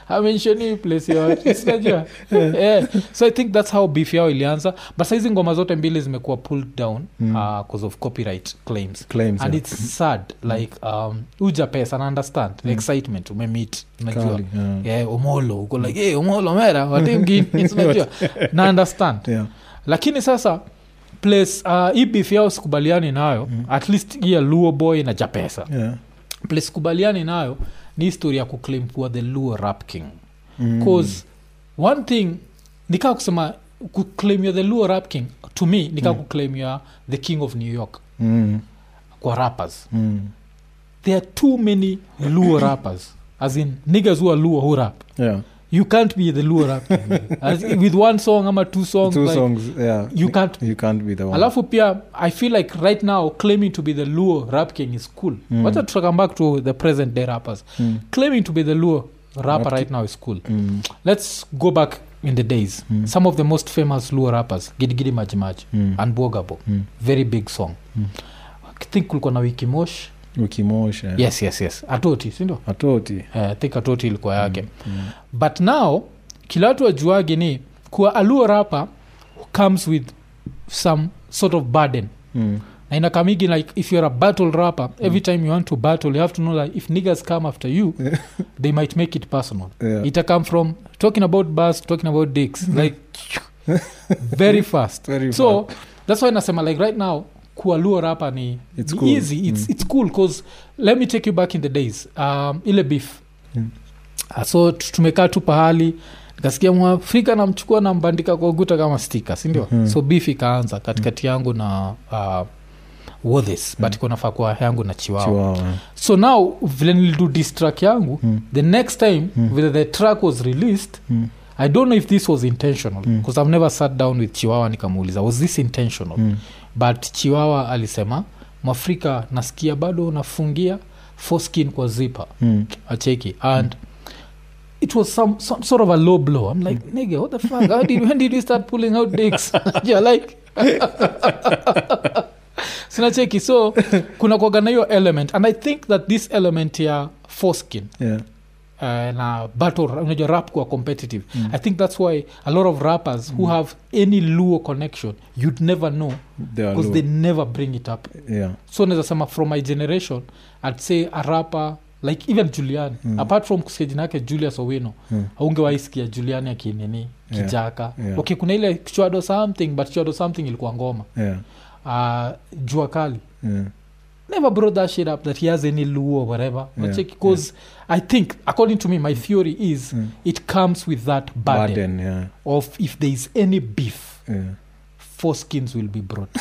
amenshoni place yote sinajua yeah. so i think that's how beef yao ilianza but saizi ngoma zote mbili zimekuwa pulled down Mm. uh, cause of copyright claims and it's sad like um, uja pesa na understand the Mm. excitement umemeet unajua yeah, omolo uko like hey, omolo mera watimgini sinajua na understand lakini sasa place uh, hii beef yao sikubaliani nayo mm. at least hiya luo boy na japesa place sikubaliani nayo ni histori ya kuclaim kuwa the luo rap king Mm. cause one thing nikaa kusema kuclaim you're the luo rap king to me nikaa mm. kuclaim you're the king of new york Mm, kwa rappers there are too many luo rappers as in niggas who are luo who rap you can't be the luo rap As- with one song ama two songs, two like, songs yeah you can't you can't be the one alafu pia i feel like right now claiming to be the luo rap king is cool Mm. wacha tutaka back to the present day rappers mm. claiming to be the luo rapper Rap right now is cool Mm. let's go back in the days Mm. some of the most famous luo rappers gidigidi majimaji Mm. unbogable Mm. very big song Mm. I think kulikuwa na wikimosh ukimosha yes yes yes atoti sindo atoti Eh, i think atoti ilikuwa yake Mm. but now kila watu wajuage ni kuwa aluo rapa comes with some sort of burden Mm. na inakamigi like if youare a battle rapper every time you want to battle you have to know that if niggers come after you they might make it personal Yeah. ita come from talking about bus talking about dicks like very fast Very so that's why nasema like right now kualua rapa ni It's ni cool. Mm. easy it's, it's cool cause let me take you back in the days um, ile beef Mm. Ah, so t- tumekaa tu pahali nikasikia mwafrika namchukua nambandika kwa guta kama stika sindio Mhm. so beef ikaanza katikati Mm. yangu na uh, Wothes, but iko nafaa kuwa yangu na chiwawa Chihuahua. so now vile nilidu this track yangu Mm. the next time Mm. whether the track was released Mm. i don't know if this was intentional Mm. because i've never sat down with chiwawa nikamuuliza was this intentional Mm. but chiwawa alisema mwafrika nasikia bado unafungia foreskin kwa zipa Mm. acheki and it was some, some sort of a low blow i'm Mm. like nigga what the fuck how did, when did you start pulling out dicks you're like sinacheki so kuna kwaga na hiyo element and i think that this element ya foreskin Yeah. uh, na battle unajua rap kuwa competitive Mm. i think that's why a lot of rappers who have any luo connection you'd never know They are because low. they never bring it up yeah. so naweza sema from my generation i'd say a rapper like even juliani Mm. mm. apart from kusikia jina yake julius owino Mm. aungewaisikia juliani akinini Yeah. kijaka Yeah. okay kuna ile chwado something but chwado something ilikuwa ngoma Yeah. uh, jua kali Yeah. never brought that shit up that he has any luo or whatever Yeah. because i think according to me my theory is Mm. it comes with that burden, Burden, yeah. of if there is any beef Yeah. four skins will be brought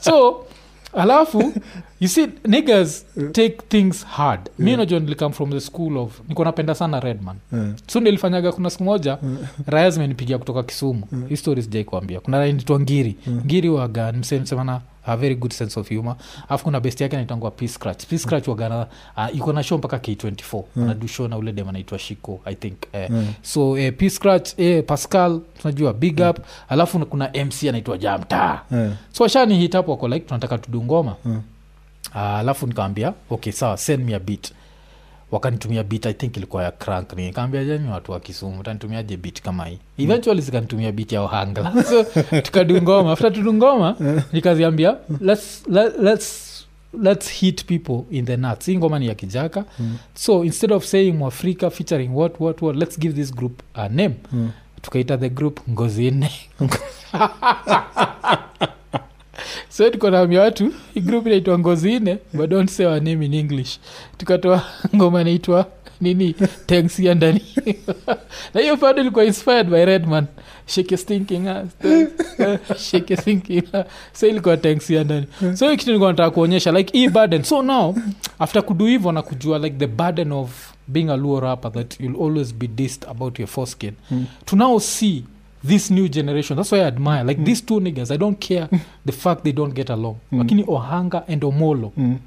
so alafu you see niggers take things hard mi najua nilicome from the school of niko napenda sana redman Yeah. so nilifanyaga kuna siku moja raya zimenipigia kutoka kisumu Mm. hii story sijai kuambia kuna raya nitwa ngiri Mm. ngiri waga msemsemana a very good sense of humor alafu kuna best yake naitangua p scratch p scratch wagana uh, iko na show mpaka k24 Mm. anadu show na ule dem anaitwa shiko i think eh, Yeah. so eh, p scratch eh, pascal tunajua big Mm. up alafu na- kuna mc anaitwa jamta Yeah. so washani hit up wako like tunataka tudu ngoma Mm. Ah, alafu nikawambia okay sawa send me a beat wakanitumia beat i think ilikuwa ya crank nikaambia jani watu wa kisumu tanitumiaje beat kama hii eventually zikanitumia beat ya ohangla so tukadungoma after tudungoma nikaziambia let's, let, let's, let's hit people in the nuts hii ngoma ni ya kijaka Mm. so instead of saying mwafrika featuring what what what let's give this group a name Mm. tukaita the group ngozi nne so tukonaambia watu hii group inaitwa ngozi nne but don't say our name in english tukatoa ngoma inaitwa nini tanks ya ndani na hiyo bado ilikuwa inspired by redman shake your stinking ass, thanks, eh, shake your stinking ass. so ilikuwa tanks ya ndani so hiyo kitu nilikuwa nataka kuonyesha like hii burden so now after kudu hivyo na kujua like the burden of being a luo rapper that you'll always be dissed about your foreskin Mm. to now see this new generation that's why i admire like mm. these two niggas i don't care the fact they don't get along Mm. mm. lakini ohanga and omolo Mm.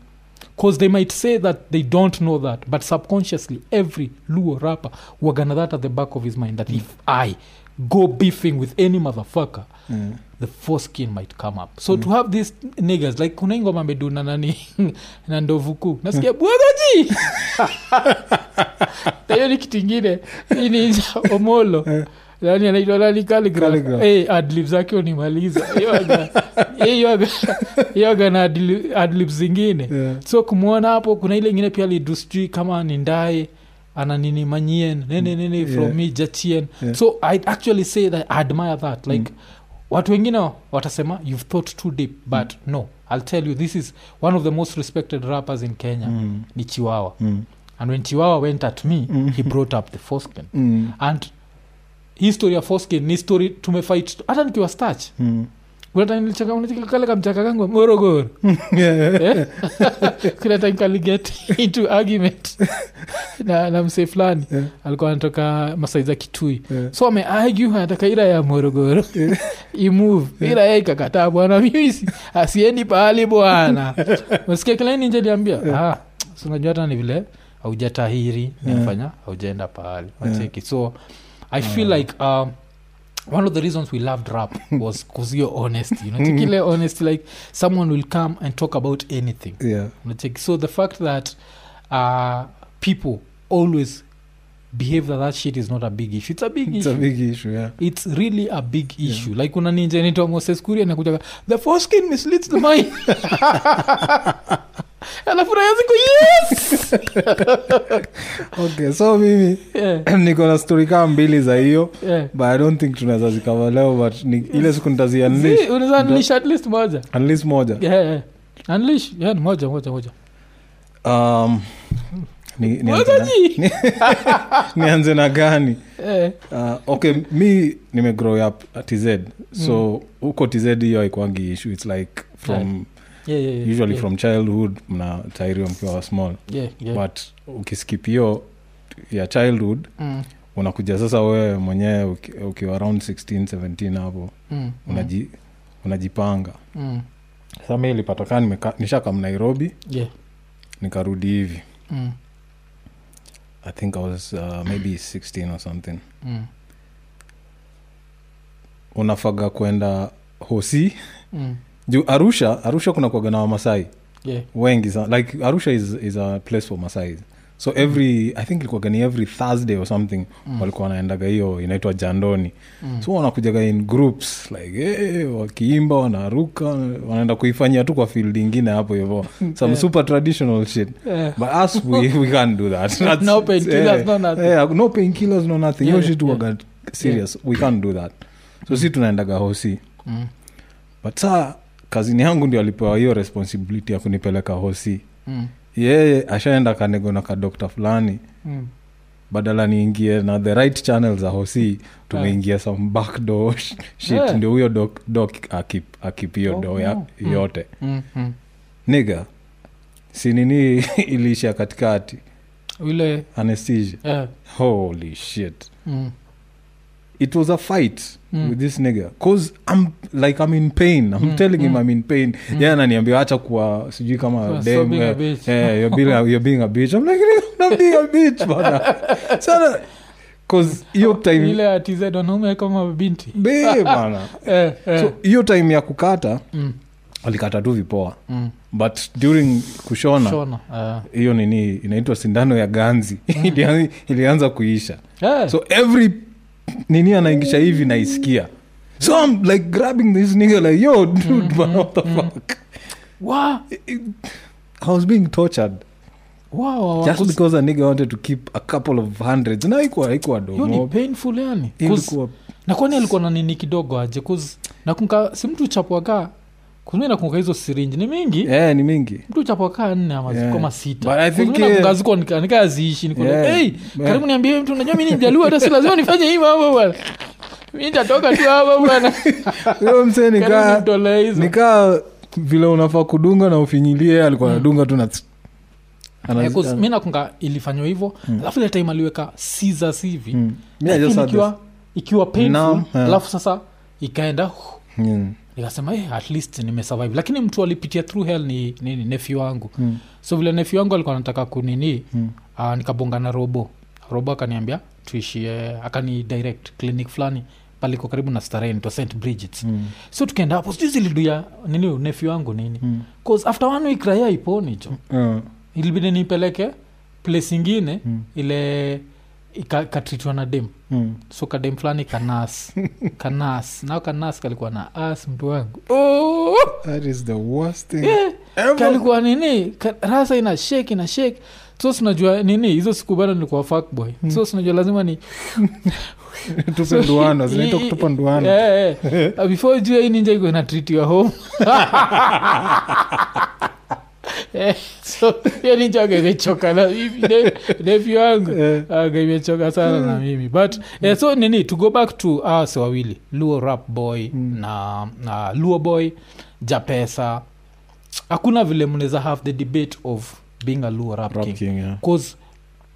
because they might say that they don't know that but subconsciously every luo rapper wagana that at the back of his mind that mm. if i go beefing with any motherfucker Mm. the foreskin might come up so mm. to have these niggers like kuna ingoma ameduna nani na ndovu kuu nasikia bwagaji hiyo ni kitu ingine Hii ni omolo Eh. nani anaitwa nani Calligraph. Calligraph. Eh, adlib zake unimaliza yoga na adli- adlib zingine Yeah. so kumwona hapo kuna ile ingine pia lidu sijui kama ni ndae ana nini manyien nene nene from Mm. Yeah. me jachien Yeah. so i actually say that i admire that like Mm. watu wengine watasema you've thought too deep but no i'll tell you this is one of the most respected rappers in kenya Mm. ni chiwawa Mm. and when chiwawa went at me Mm. he brought up the foreskin Mm. and history ya foreskin ni story tumefight hata nikiwa starch Mm. unatanilikale kamchaka kangu morogoro Eh? kila time kaliget into argument na, na msee fulani Yeah. alikuwa anatoka masai za kitui so ameargue anataka ira ya morogoro Yeah. imove Yeah. ila yeye ikakataa bwana mimi asiendi pahali bwana msikia kila nje niambia ah, si unajua hata ni vile haujatahiri Yeah. nifanya haujaenda pahali Yeah. wacheki so i feel like um, one of the reasons we loved rap was cause you're honest you know Mm. tikile honest like someone will come and talk about anything Yeah. unacheki so the fact that uh, people always behave that that shit is not a big issue it's a big It's issue a big issue, yeah. it's really a big issue yeah. like unaninjenitwamoseskuri anakujaga the foreskin misleads the mind anafurahia siku yes okay so mimi yeah, niko na stori kaa mbili za hiyo yeah. but i don't think tunaweza zikava leo but ni, ile siku nitazi unleash See, unaweza unleash at least moja unleash moja yeah, yeah. unleash yeah, ni moja moja moja um, ni, nianze, na, mojaji nianze na gani yeah. uh, okay mi nimegrow up at tz so Mm. huko tz hiyo haikwangi issue its like from yeah, yeah, yeah. usually yeah. from childhood mna tairiwa mkiwa small yeah, yeah. but ukiskip hiyo ya childhood mm, unakuja sasa wewe mwenyewe uki- ukiwa around 16 17 hapo mm, mm, unaji unajipanga mm, sasa mi ilipatakaa nimeka- nishakam nairobi yeah, nikarudi hivi mm, i think i was uh, maybe 16 or something mm, unafaga kwenda hosi mm, juu arusha arusha kuna kuaga na wamasai yeah, wengi sana like arusha is, is a place for masai so every i think ilikuwaga ni every thursday or something mm, walikuwa wanaendaga hiyo inaitwa jandoni mm, so wanakujaga in groups like hey, wakiimba wanaruka wanaenda kuifanyia tu kwa field ingine hapo hivo some Yeah. super traditional shit yeah. but us we, we can't do that That's- No painkillers, eh, no nothing. eh, no painkillers no nothing Yeah, hiyo yeah, shit yeah. waga serious we can't do that so si tunaendaga hosi Mm, but saa kazini yangu ndio alipewa hiyo responsibility ya kunipeleka hosi mm, yeye ashaenda kanego na kadokta fulani mm. badala niingie na the right channel za hosi tumeingia some backdoor sh- shit Yeah. ndio huyo dok, dok akip, akip hiyo Oh, do ya, no. Mm. yote Mm, mm. niga sinini iliishia katikati ile anesthesia eh, holy shit mm, it was a fight Mm. with this nigga cause i'm like i'm in pain i'm Mm, telling him mm. i'm in pain Mm. yeye ananiambia acha kuwa sijui kama Kuwa dem, so being a eh, bitch. eh, you're being a- you're being a bitch i'm like "Nigga, I'm not being a bitch bana sana cause Oh, hiyo time ile atize wanaume kama binti be bana eh, eh. so hiyo time ya kukata mm, alikata tu vipoa mm. but during kushona shona eh. hiyo nini inaitwa sindano ya ganzi Mm. Ilian- ilianza kuisha Eh, so every nini anaingisha hivi naisikia so I'm like grabbing this nigga like yo dude Mm, man, what the fuck wa- I was being tortured wa- wa- wa- just kus- because a nigga wanted to keep a couple of hundreds na haikuwa haikuwa hiyo ni domo painful yani Kus- ilikuwa na kwani alikuwa na nini kidogo aje kuz nakumka si mtu chapwakaa kuzimi nakumka hizo sirinji ni mingi eh ni mingi mtu chapwakaa nne ama Yeah. yeah. kama But I think, eh, sitanakumkazikonikanikaziishi niko like, Yeah. hey, Yeah. karibu niambie mtu najua mi ni mjaluo hata si lazima nifanye hii mambo bwana mi nitatoka tu hapa bwana Huyo msee ni Karibu kaa- nimtolee hizo. ni kaa vile unafaa kudunga na ufinyilie alikuwa anadunga tu na tsk. Ana- Eh, 'cause ana- Hmm. mi nakunga ilifanywa hivyo alafu ile time aliweka scissors hivi Mm. Me, I Lakini just had ikiwa, ikiwa painful Numb, yeah. alafu sasa ikaenda huh, this. Mm. nikasema eh, at least nimesurvive lakini mtu alipitia through hell ni, ni, ni nefi wangu Mm. so vile nefi wangu alikuwa anataka kunini Mm. uh, nikabonga na robo robo akaniambia tuishie akani direct clinic fulani paliko karibu na starehe nitwa st bridgets Mm. so tukaenda hapo sijui ziliduya nini nefi wangu nini Mm. cause after one week raya iponi jo Uh, ilibidi nipeleke place ingine Mm. ile ika- ikatritwa na dem mm. so kadem fulani kanas kanas nao kanas kalikuwa na as mtu wangu oh! That is the worst thing yeah. ever. kalikuwa nini ka- rasa ina shake ina shake so sinajua nini hizo siku bado nilikuwa fuckboy so sinajua lazima ni Tupe ndoano, zinaitwa kutupa ndoano. yeah, yeah. before jua hii ninja iko inatritiwa home Eh, so hiyo ni joke imechoka na mimi, ne- nephew yangu Eh. aga imechoka sana na Hmm. mimi but eh, so nini to go back to us wawili luo rap boy Mm. na, na luo boy japesa hakuna vile mnaweza have the debate of being a luo rap, Rap king King, yeah. because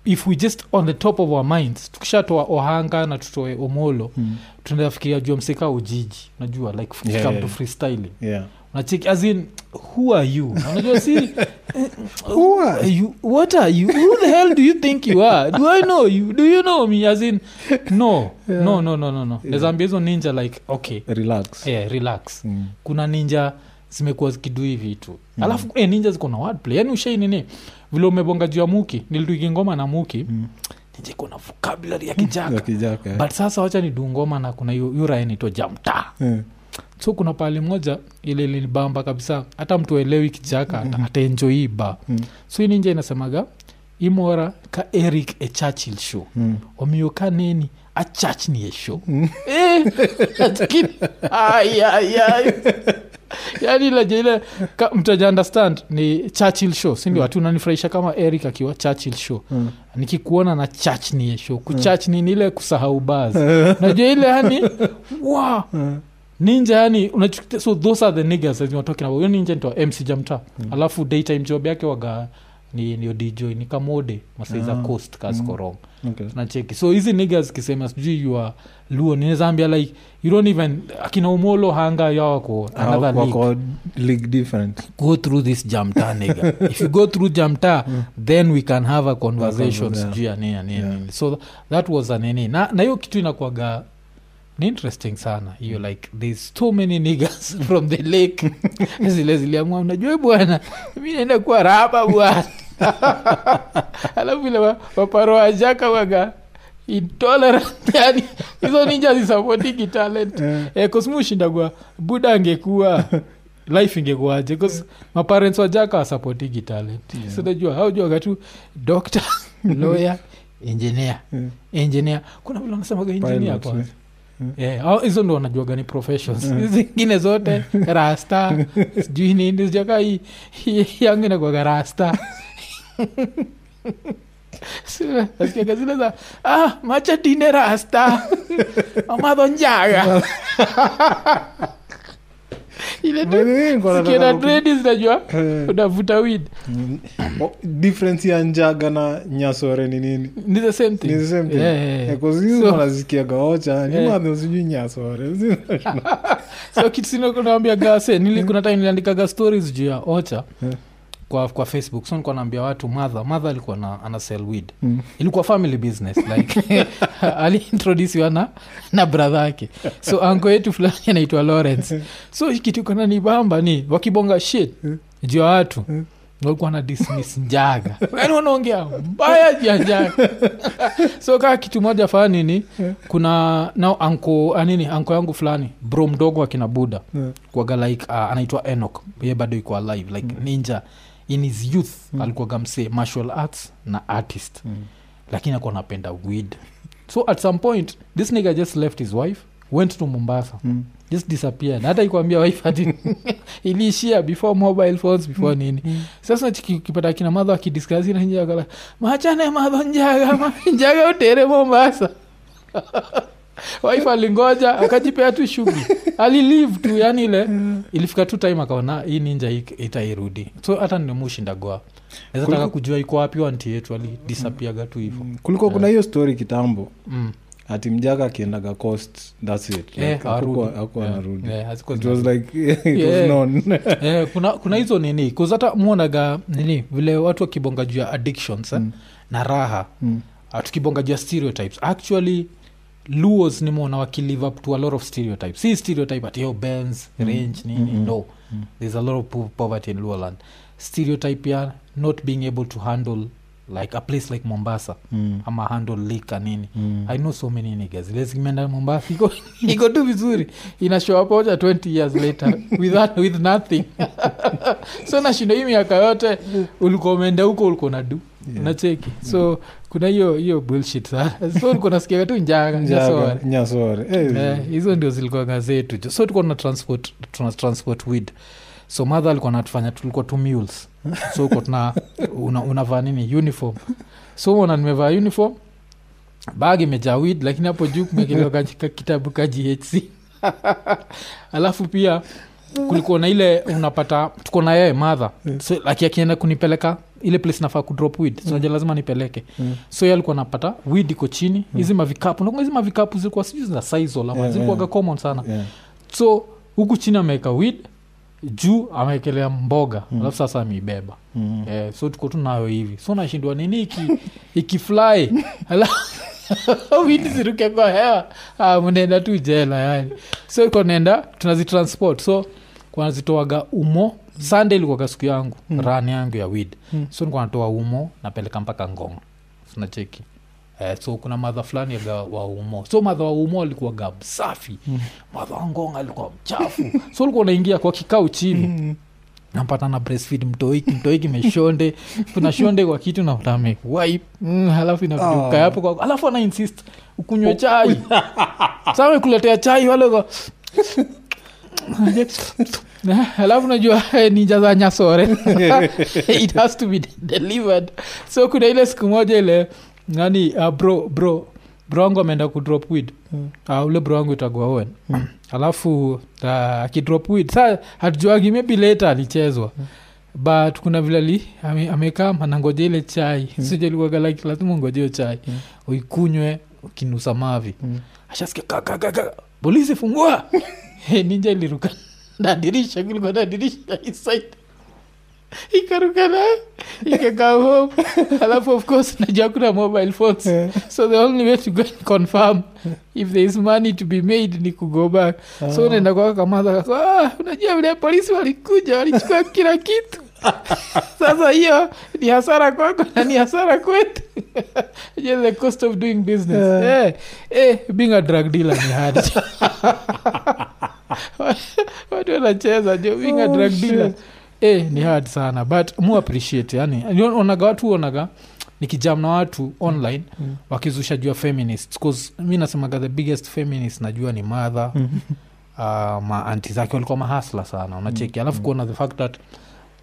if we just on the top of our minds tukishatoa ohanga na tutoe omolo Mm. tunafikiria jua mseka ujiji najua like Yeah, come to yeah. freestyling Yeah. unacheki as in who are you unajua si eh, Who are are you what are you who the hell do you think you are do i know you do you know me as in no Yeah. no no no no no nazaambia hizo ninja like okay Relax. yeah, relax Mm. kuna ninja zimekuwa zikidu hivi tu Mm. alafu eh, ninja ziko na wordplay yani ushai nini vile umebonga juu ya muki nilituiki ngoma na muki Mm. ninja iko na vocabulary ya kijaka Wakijaka, eh. but sasa wacha niduu ngoma na kuna yu- yura inaitwa jamtaa Eh. so kuna pahali moja ile linibamba kabisa hata mtu aelewi kijaka mm-hmm. ataenjoi hii ba Mhm. Mm. so hii ninja inasemaga imora ka eric a churchill show Mm. wamioka neni a church ni a show Mm. Eh, lakini- ai, ai, ai. yaani laje ile ka- mtaja understand ni churchill show sindio hati unanifurahisha kama eric akiwa churchill show Mm. nikikuona na church ni a show kuchurch ni ile kusahau bazi najua ile yani wa Eh. ninja yani unachukia so those are the niggas that we were talking about hiyo ninja nitwa mc jamta mm. alafu daytime job yake waga ni nio dj ni kamode masaiza Ah. coast kaskorong mm. Okay. nacheki so hizi niggas kisema sijui yua luo ninezambia like you don't even akina umolo hanga yawako another Wako- league wako league different. go through this jamta nigga if you go through jamta then we can have a conversation Yeah. sijui ya nini ya nini Yeah. so that was a nini na na hiyo kitu inakuaga ni interesting sana hiyo like there's too many niggas from the lake zile ziliamua unajua bwana mi naenda kuwa raba bwana alafu vile wa- waparo wajaka waga intolerant yani hizo ninja zisapotiki talent Eh. Eh, 'cause mi hushindagwa buda angekuwa life ingekuaje 'Cause maparents wajaka wasapotigi talent Yeah. sinajua haujuaga tu doctor lawyer engineer Yeah. engineer kuna vile wanasemaga engineer Pilot, kwanza eh. Eh, hao- hizo ndo wanajuaga ni professions Mm. zingine zote rasta sijui nini sijakaa hii hii- hii yangu inakuaga rasta Sina- nasikiaga zile za ah, macha tine rasta mamadho njaga ile tu By the way, niko nataka sikiona ku- dredi zinajua Eh. unavuta wid Oh, difference ya njaga na nyasore ni nini ni the same thing Ni the same thing. Yeah, yeah, yeah. So- Eh. ekosiwanasikiagaochaimanazijuinyasoreaocha so kitsinkunawambia gase nili kuna time niliandikaga stories juu ya ocha Yeah. kwa, kwa facebook so nikuwa naambia watu madha madha alikuwa na ana sell weed ilikuwa family business like aliintrodusiwa na, na brother yake so anko yetu fulani anaitwa lawrence so ikitukana ni bamba ni wakibonga shit juu ya watu walikuwa na dismiss njaga yani wanaongea mbaya juu ya njaga so kaa kitu moja faa nini kuna nao anko anini anko yangu fulani bro mdogo akina buda kuaga like uh, anaitwa enok ye bado iko alive like mm. ninja in his youth mm. alikuaga msee martial arts na artist Mm. lakini akuwa napenda weed so at some point this nigga just left his wife went to mombasa just disappeared hata ikuambia wife ati iliishia before mobile phones before nini sasa chiki- ukipata kina madho akidiskasi na njaga like, machane madho njaga ma- njaga utere mombasa wife alingoja akajipea tu shughuli alilive tu yani ile ilifika tu time akaona hii ninja hii itairudi so hata nimushindagwa naweza taka Kuliko- kujua iko wapi wanti yetu alidisapiaga tu hivo kulikuwa kuna hiyo story kitambo mm. ati mjaka akiendaga coast thats it Like, Eh, hakukuwa- arudi. hakuwa Yeah, anarudi. yeah, hazikuwa It was zinarudi. like, it was Yeah. known. eh, kuna, kuna hizo nini kuzata mwonaga nini vile watu wakibonga juu ya addictions eh? mm. na raha Mm. Ah, tukibonga juu ya stereotypes actually luos nimeona wakilive up to a lot of stereotypes si stereotype at yo bens mm. range nini mm Mm-mm. no mm. there's a lot of po- poverty in luoland stereotype ya not being able to handle like a place like mombasa Mm. ama handle lika nini Mm. i know so many niggas Ile zimeenda mombasa iko, iko tu vizuri ina show up hoja 20 years later with, that, with nothing so nashindo hii miaka yote ulikuwa umeenda huko ulikuwa nadu Yeah. nacheki so kuna hiyo hiyo bullshit sana so ulikuwa nasikiaga tu njaga Njaga, nyasore nyasore Eh, Eh, hizo ndio zilikuwaga zetu so tulikuwa tuna transport, tuna transport weed so madha alikuwa natufanya tulikuwa two mules so uko tuna una, unavaa nini uniform so ona nimevaa uniform bag imejaa weed lakini hapo juu kumekelewa kajika- kitabu ka ghc alafu pia kulikuwa na ile unapata tuko na yeye madha so, like akienda kunipeleka ile place nafaa kudrop weed so mm. lazima nipeleke Mm. so ye alikuwa napata weed iko chini hizi mavikapu nakumbuka hizi mavikapu zilikuwa sijui za sizol ama Yeah, zilikuwaga yeah. common sana Yeah. so huku chini ameweka wid juu amewekelea mboga mm. alafu sasa ameibeba Mm. eh, so tuko tu nayo hivi so nashindwa nini iki ikifly alafu wid ziruke kwa hewa ah, mnaenda tu jela yani so tunaenda tunazitransport so wanazitoaga umo sande ilikuwaga siku yangu mm. ran yangu ya wid mm. Mm. so nikuwa natoa umo napeleka mpaka ngongo sinacheki Eh, so kuna madha fulani aga wa umo so madha wa umo alikuwaga msafi mm. madha wa ngonga alikuwa mchafu so ulikuwa unaingia kwa kikao chini Mm. napata na breastfeed mtoiki mtoiki meshonde kuna shonde kwa kitu nautame wipe mm, halafu Oh. inakuka hapo kwa halafu ana insist ukunywe chai sasa kuletea chai wale kwa halafu najua ninja za nyasore it has to be delivered so kuna ile siku moja ile nani uh, bro bro bro wangu ameenda kudrop wid Mm. uh, ule bro wangu itagwa owen alafu uh, akidrop wid sa hatujuagi maybe later alichezwa Mm. but kuna vile ali ame- amekaa anangoja ile chai mm. sijalikuagalaki lazima ungojeo chai Mm. uikunywe ukinusa mavi Mm. ashasikia kakakaka polisi fungua Hey, ninja iliruka na dirisha kulikuwa na dirisha inside ikaruka na ikakaa home alafu of course najua kuna mobile phones Eh. so the only way to go and confirm if there is money to be made ni kugo back so Ah. unaenda kwaka kamadha ah, unajua vile polisi walikuja walichukua kila kitu sasa hiyo ni hasara kwako na ni hasara kwetu Just the cost of doing business Yeah. eh, eh, being a drug dealer ni hard watu wanacheza jo being a Oh, drug shit. dealer eh, ni hard sana but mu appreciate yani You know, onaga watu onaga nikijam na watu online Mm. wakizusha jua feminists cause mi nasemaga the biggest feminist najua ni mother Mm. uh, maanti zake walikuwa mahasla sana unacheki alafu Mm. kuona the fact that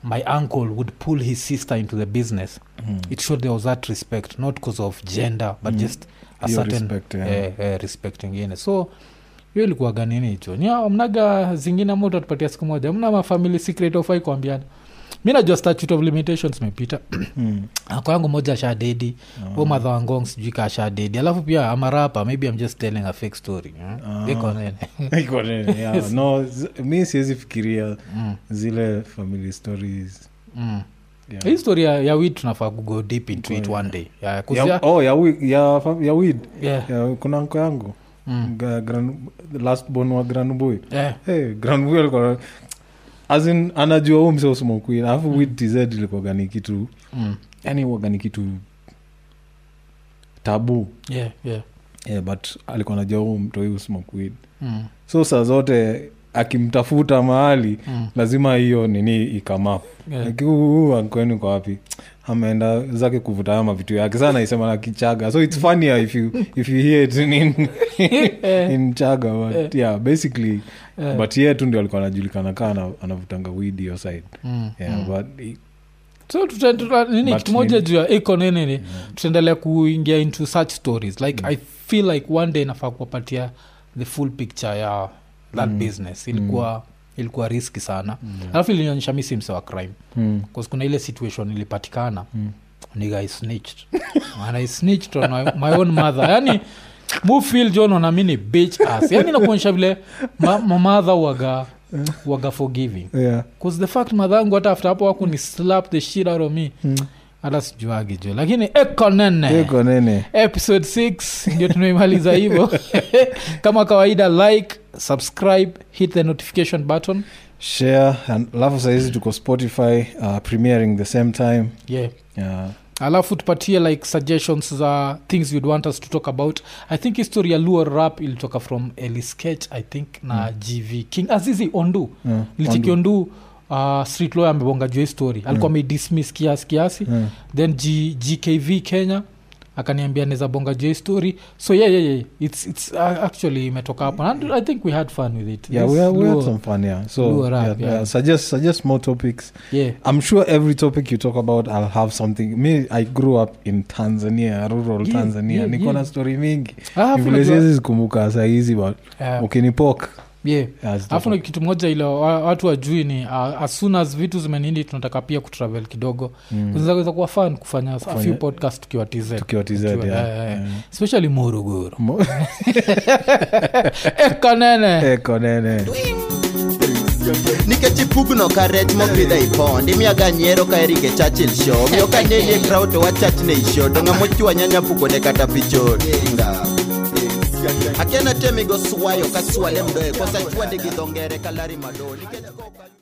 my uncle would pull his sister into the business it showed there was that respect not because of gender but Mm. just a Hiyo certain respect, yeah. eh, eh, respect ingine so hiyo ilikuwaga nini hicho Nya- mnaga zingine ama utatupatia siku moja mna mafamily secret ofai kuambiana mi najua statute of limitations mepita Mm. ako yangu moja ashadedi Ah. o madha wangong sijui kashadedi alafu pia amarapa maybe i'm just telling a fake story Ah. eh? iko nene Iko nini, yeah. no z- mi siwezi fikiria mm, zile family stories mm. Yeah. hii story ya, ya wit tunafaa kugo deep into it Kweli. one day ya, 'cause Oh, ya, ya- oh, ya, wi- ya, fam- ya weed yeah, ya, kuna nko yangu mm, Ga- gran, the last born wa granboy yeah, hey, granboy alikuwa asin anajua huu msee usmokuin alafu weed tz ilikuwaga ni kitu mm, yani uwaga ni kitu tabu yeah, yeah, yeah, but alikuwa anajua huu mtoi usmokuin mm, so saa zote akimtafuta mahali mm, lazima hiyo nini ikamap yeah. ankweni kwa wapi ameenda zake kuvuta haya mavitu yake sana isema na kichaga so its funnier if you, if you hear it in, in, Eh, in chaga but Eh. yeah basically eh, but yeye tu ndio alikuwa anajulikana kaa ana- anavutanga weed hiyo side mm, yeah, mm. but he- so tuta- tuta- nini But kitu moja nini- juu ya iko nini ni tutaendelea kuingia into such stories like Mm. i feel like one day nafaa kuwapatia the full picture ya that Mm. business Mm. ilikuwa ilikuwa riski sana Mm. alafu ilionyesha mi si mse wa crime Mm. bcause kuna ile situation ilipatikana Mm. nigga i snitched and i snitched on my, my own mother yani mufil john onamini bitch ass yani nakuonyesha vile ma, mamadha waga waga forgiving Yeah. bcause the fact madhangu hata after hapo waku ni slap the shit out of me Mm. hata sijuagi jo lakini ekonene Iko nene episode 6 ndio tunaimaliza hivyo kama kawaida like subscribe hit the notification button share and alafu sahizi tuko spotify uh, premiering the same time yeah yeah. alafu tupatie like suggestions za things you'd want us to talk about i think history ya luo rap ilitoka from eli sketch i think na mm. gv king azizi ondu Yeah. lichiki ondu uh, street lawyer amebonga juu hii story alikuwa Mm. ameidismiss kiasi kiasi Yeah. then G, gkv kenya akaniambia neza bonga jo hii story so yeah, yeah, yeah. It's, it's, uh, actually imetoka hapo and i think we had fun with it yeah, This we had, we had Luo- some fun yeah. So Luo yeah, rap, yeah. yeah, suggest suggest more topics. yeah. I'm sure every topic you talk about, I'll have something. Me, I grew up in Tanzania, rural Yeah, Tanzania. yeah, Niko na yeah. story mingi. Ah, Vile afu unajua- siwezi zikumbuka saa hizi but yeah, ukinipoke, yeah. yeah, zitakuwa- alafu na kitu moja ile wa- watu wajui ni uh, as soon as vitu zimenindi tunataka pia kutravel kidogo Mm. zinaweza kuwa fun kufanya a few Kufanya- podcast tukiwa tz Tukiwa TZ, Tukiwa- yeah, yeah, yeah. yeah. especially morogoro Eh, Mo- ekanene Eko, nene. nikech ipugno ka rech mopidho ei pond imiyaga nyiero ka erike chachil show miyo ka nenie kraw to wachachne isho to ng'ama ochwanya nyapukone kata pichot akiana temigo swayo ka swale mdoe kosachwade gi dho ngere ka lari mado nikech koka-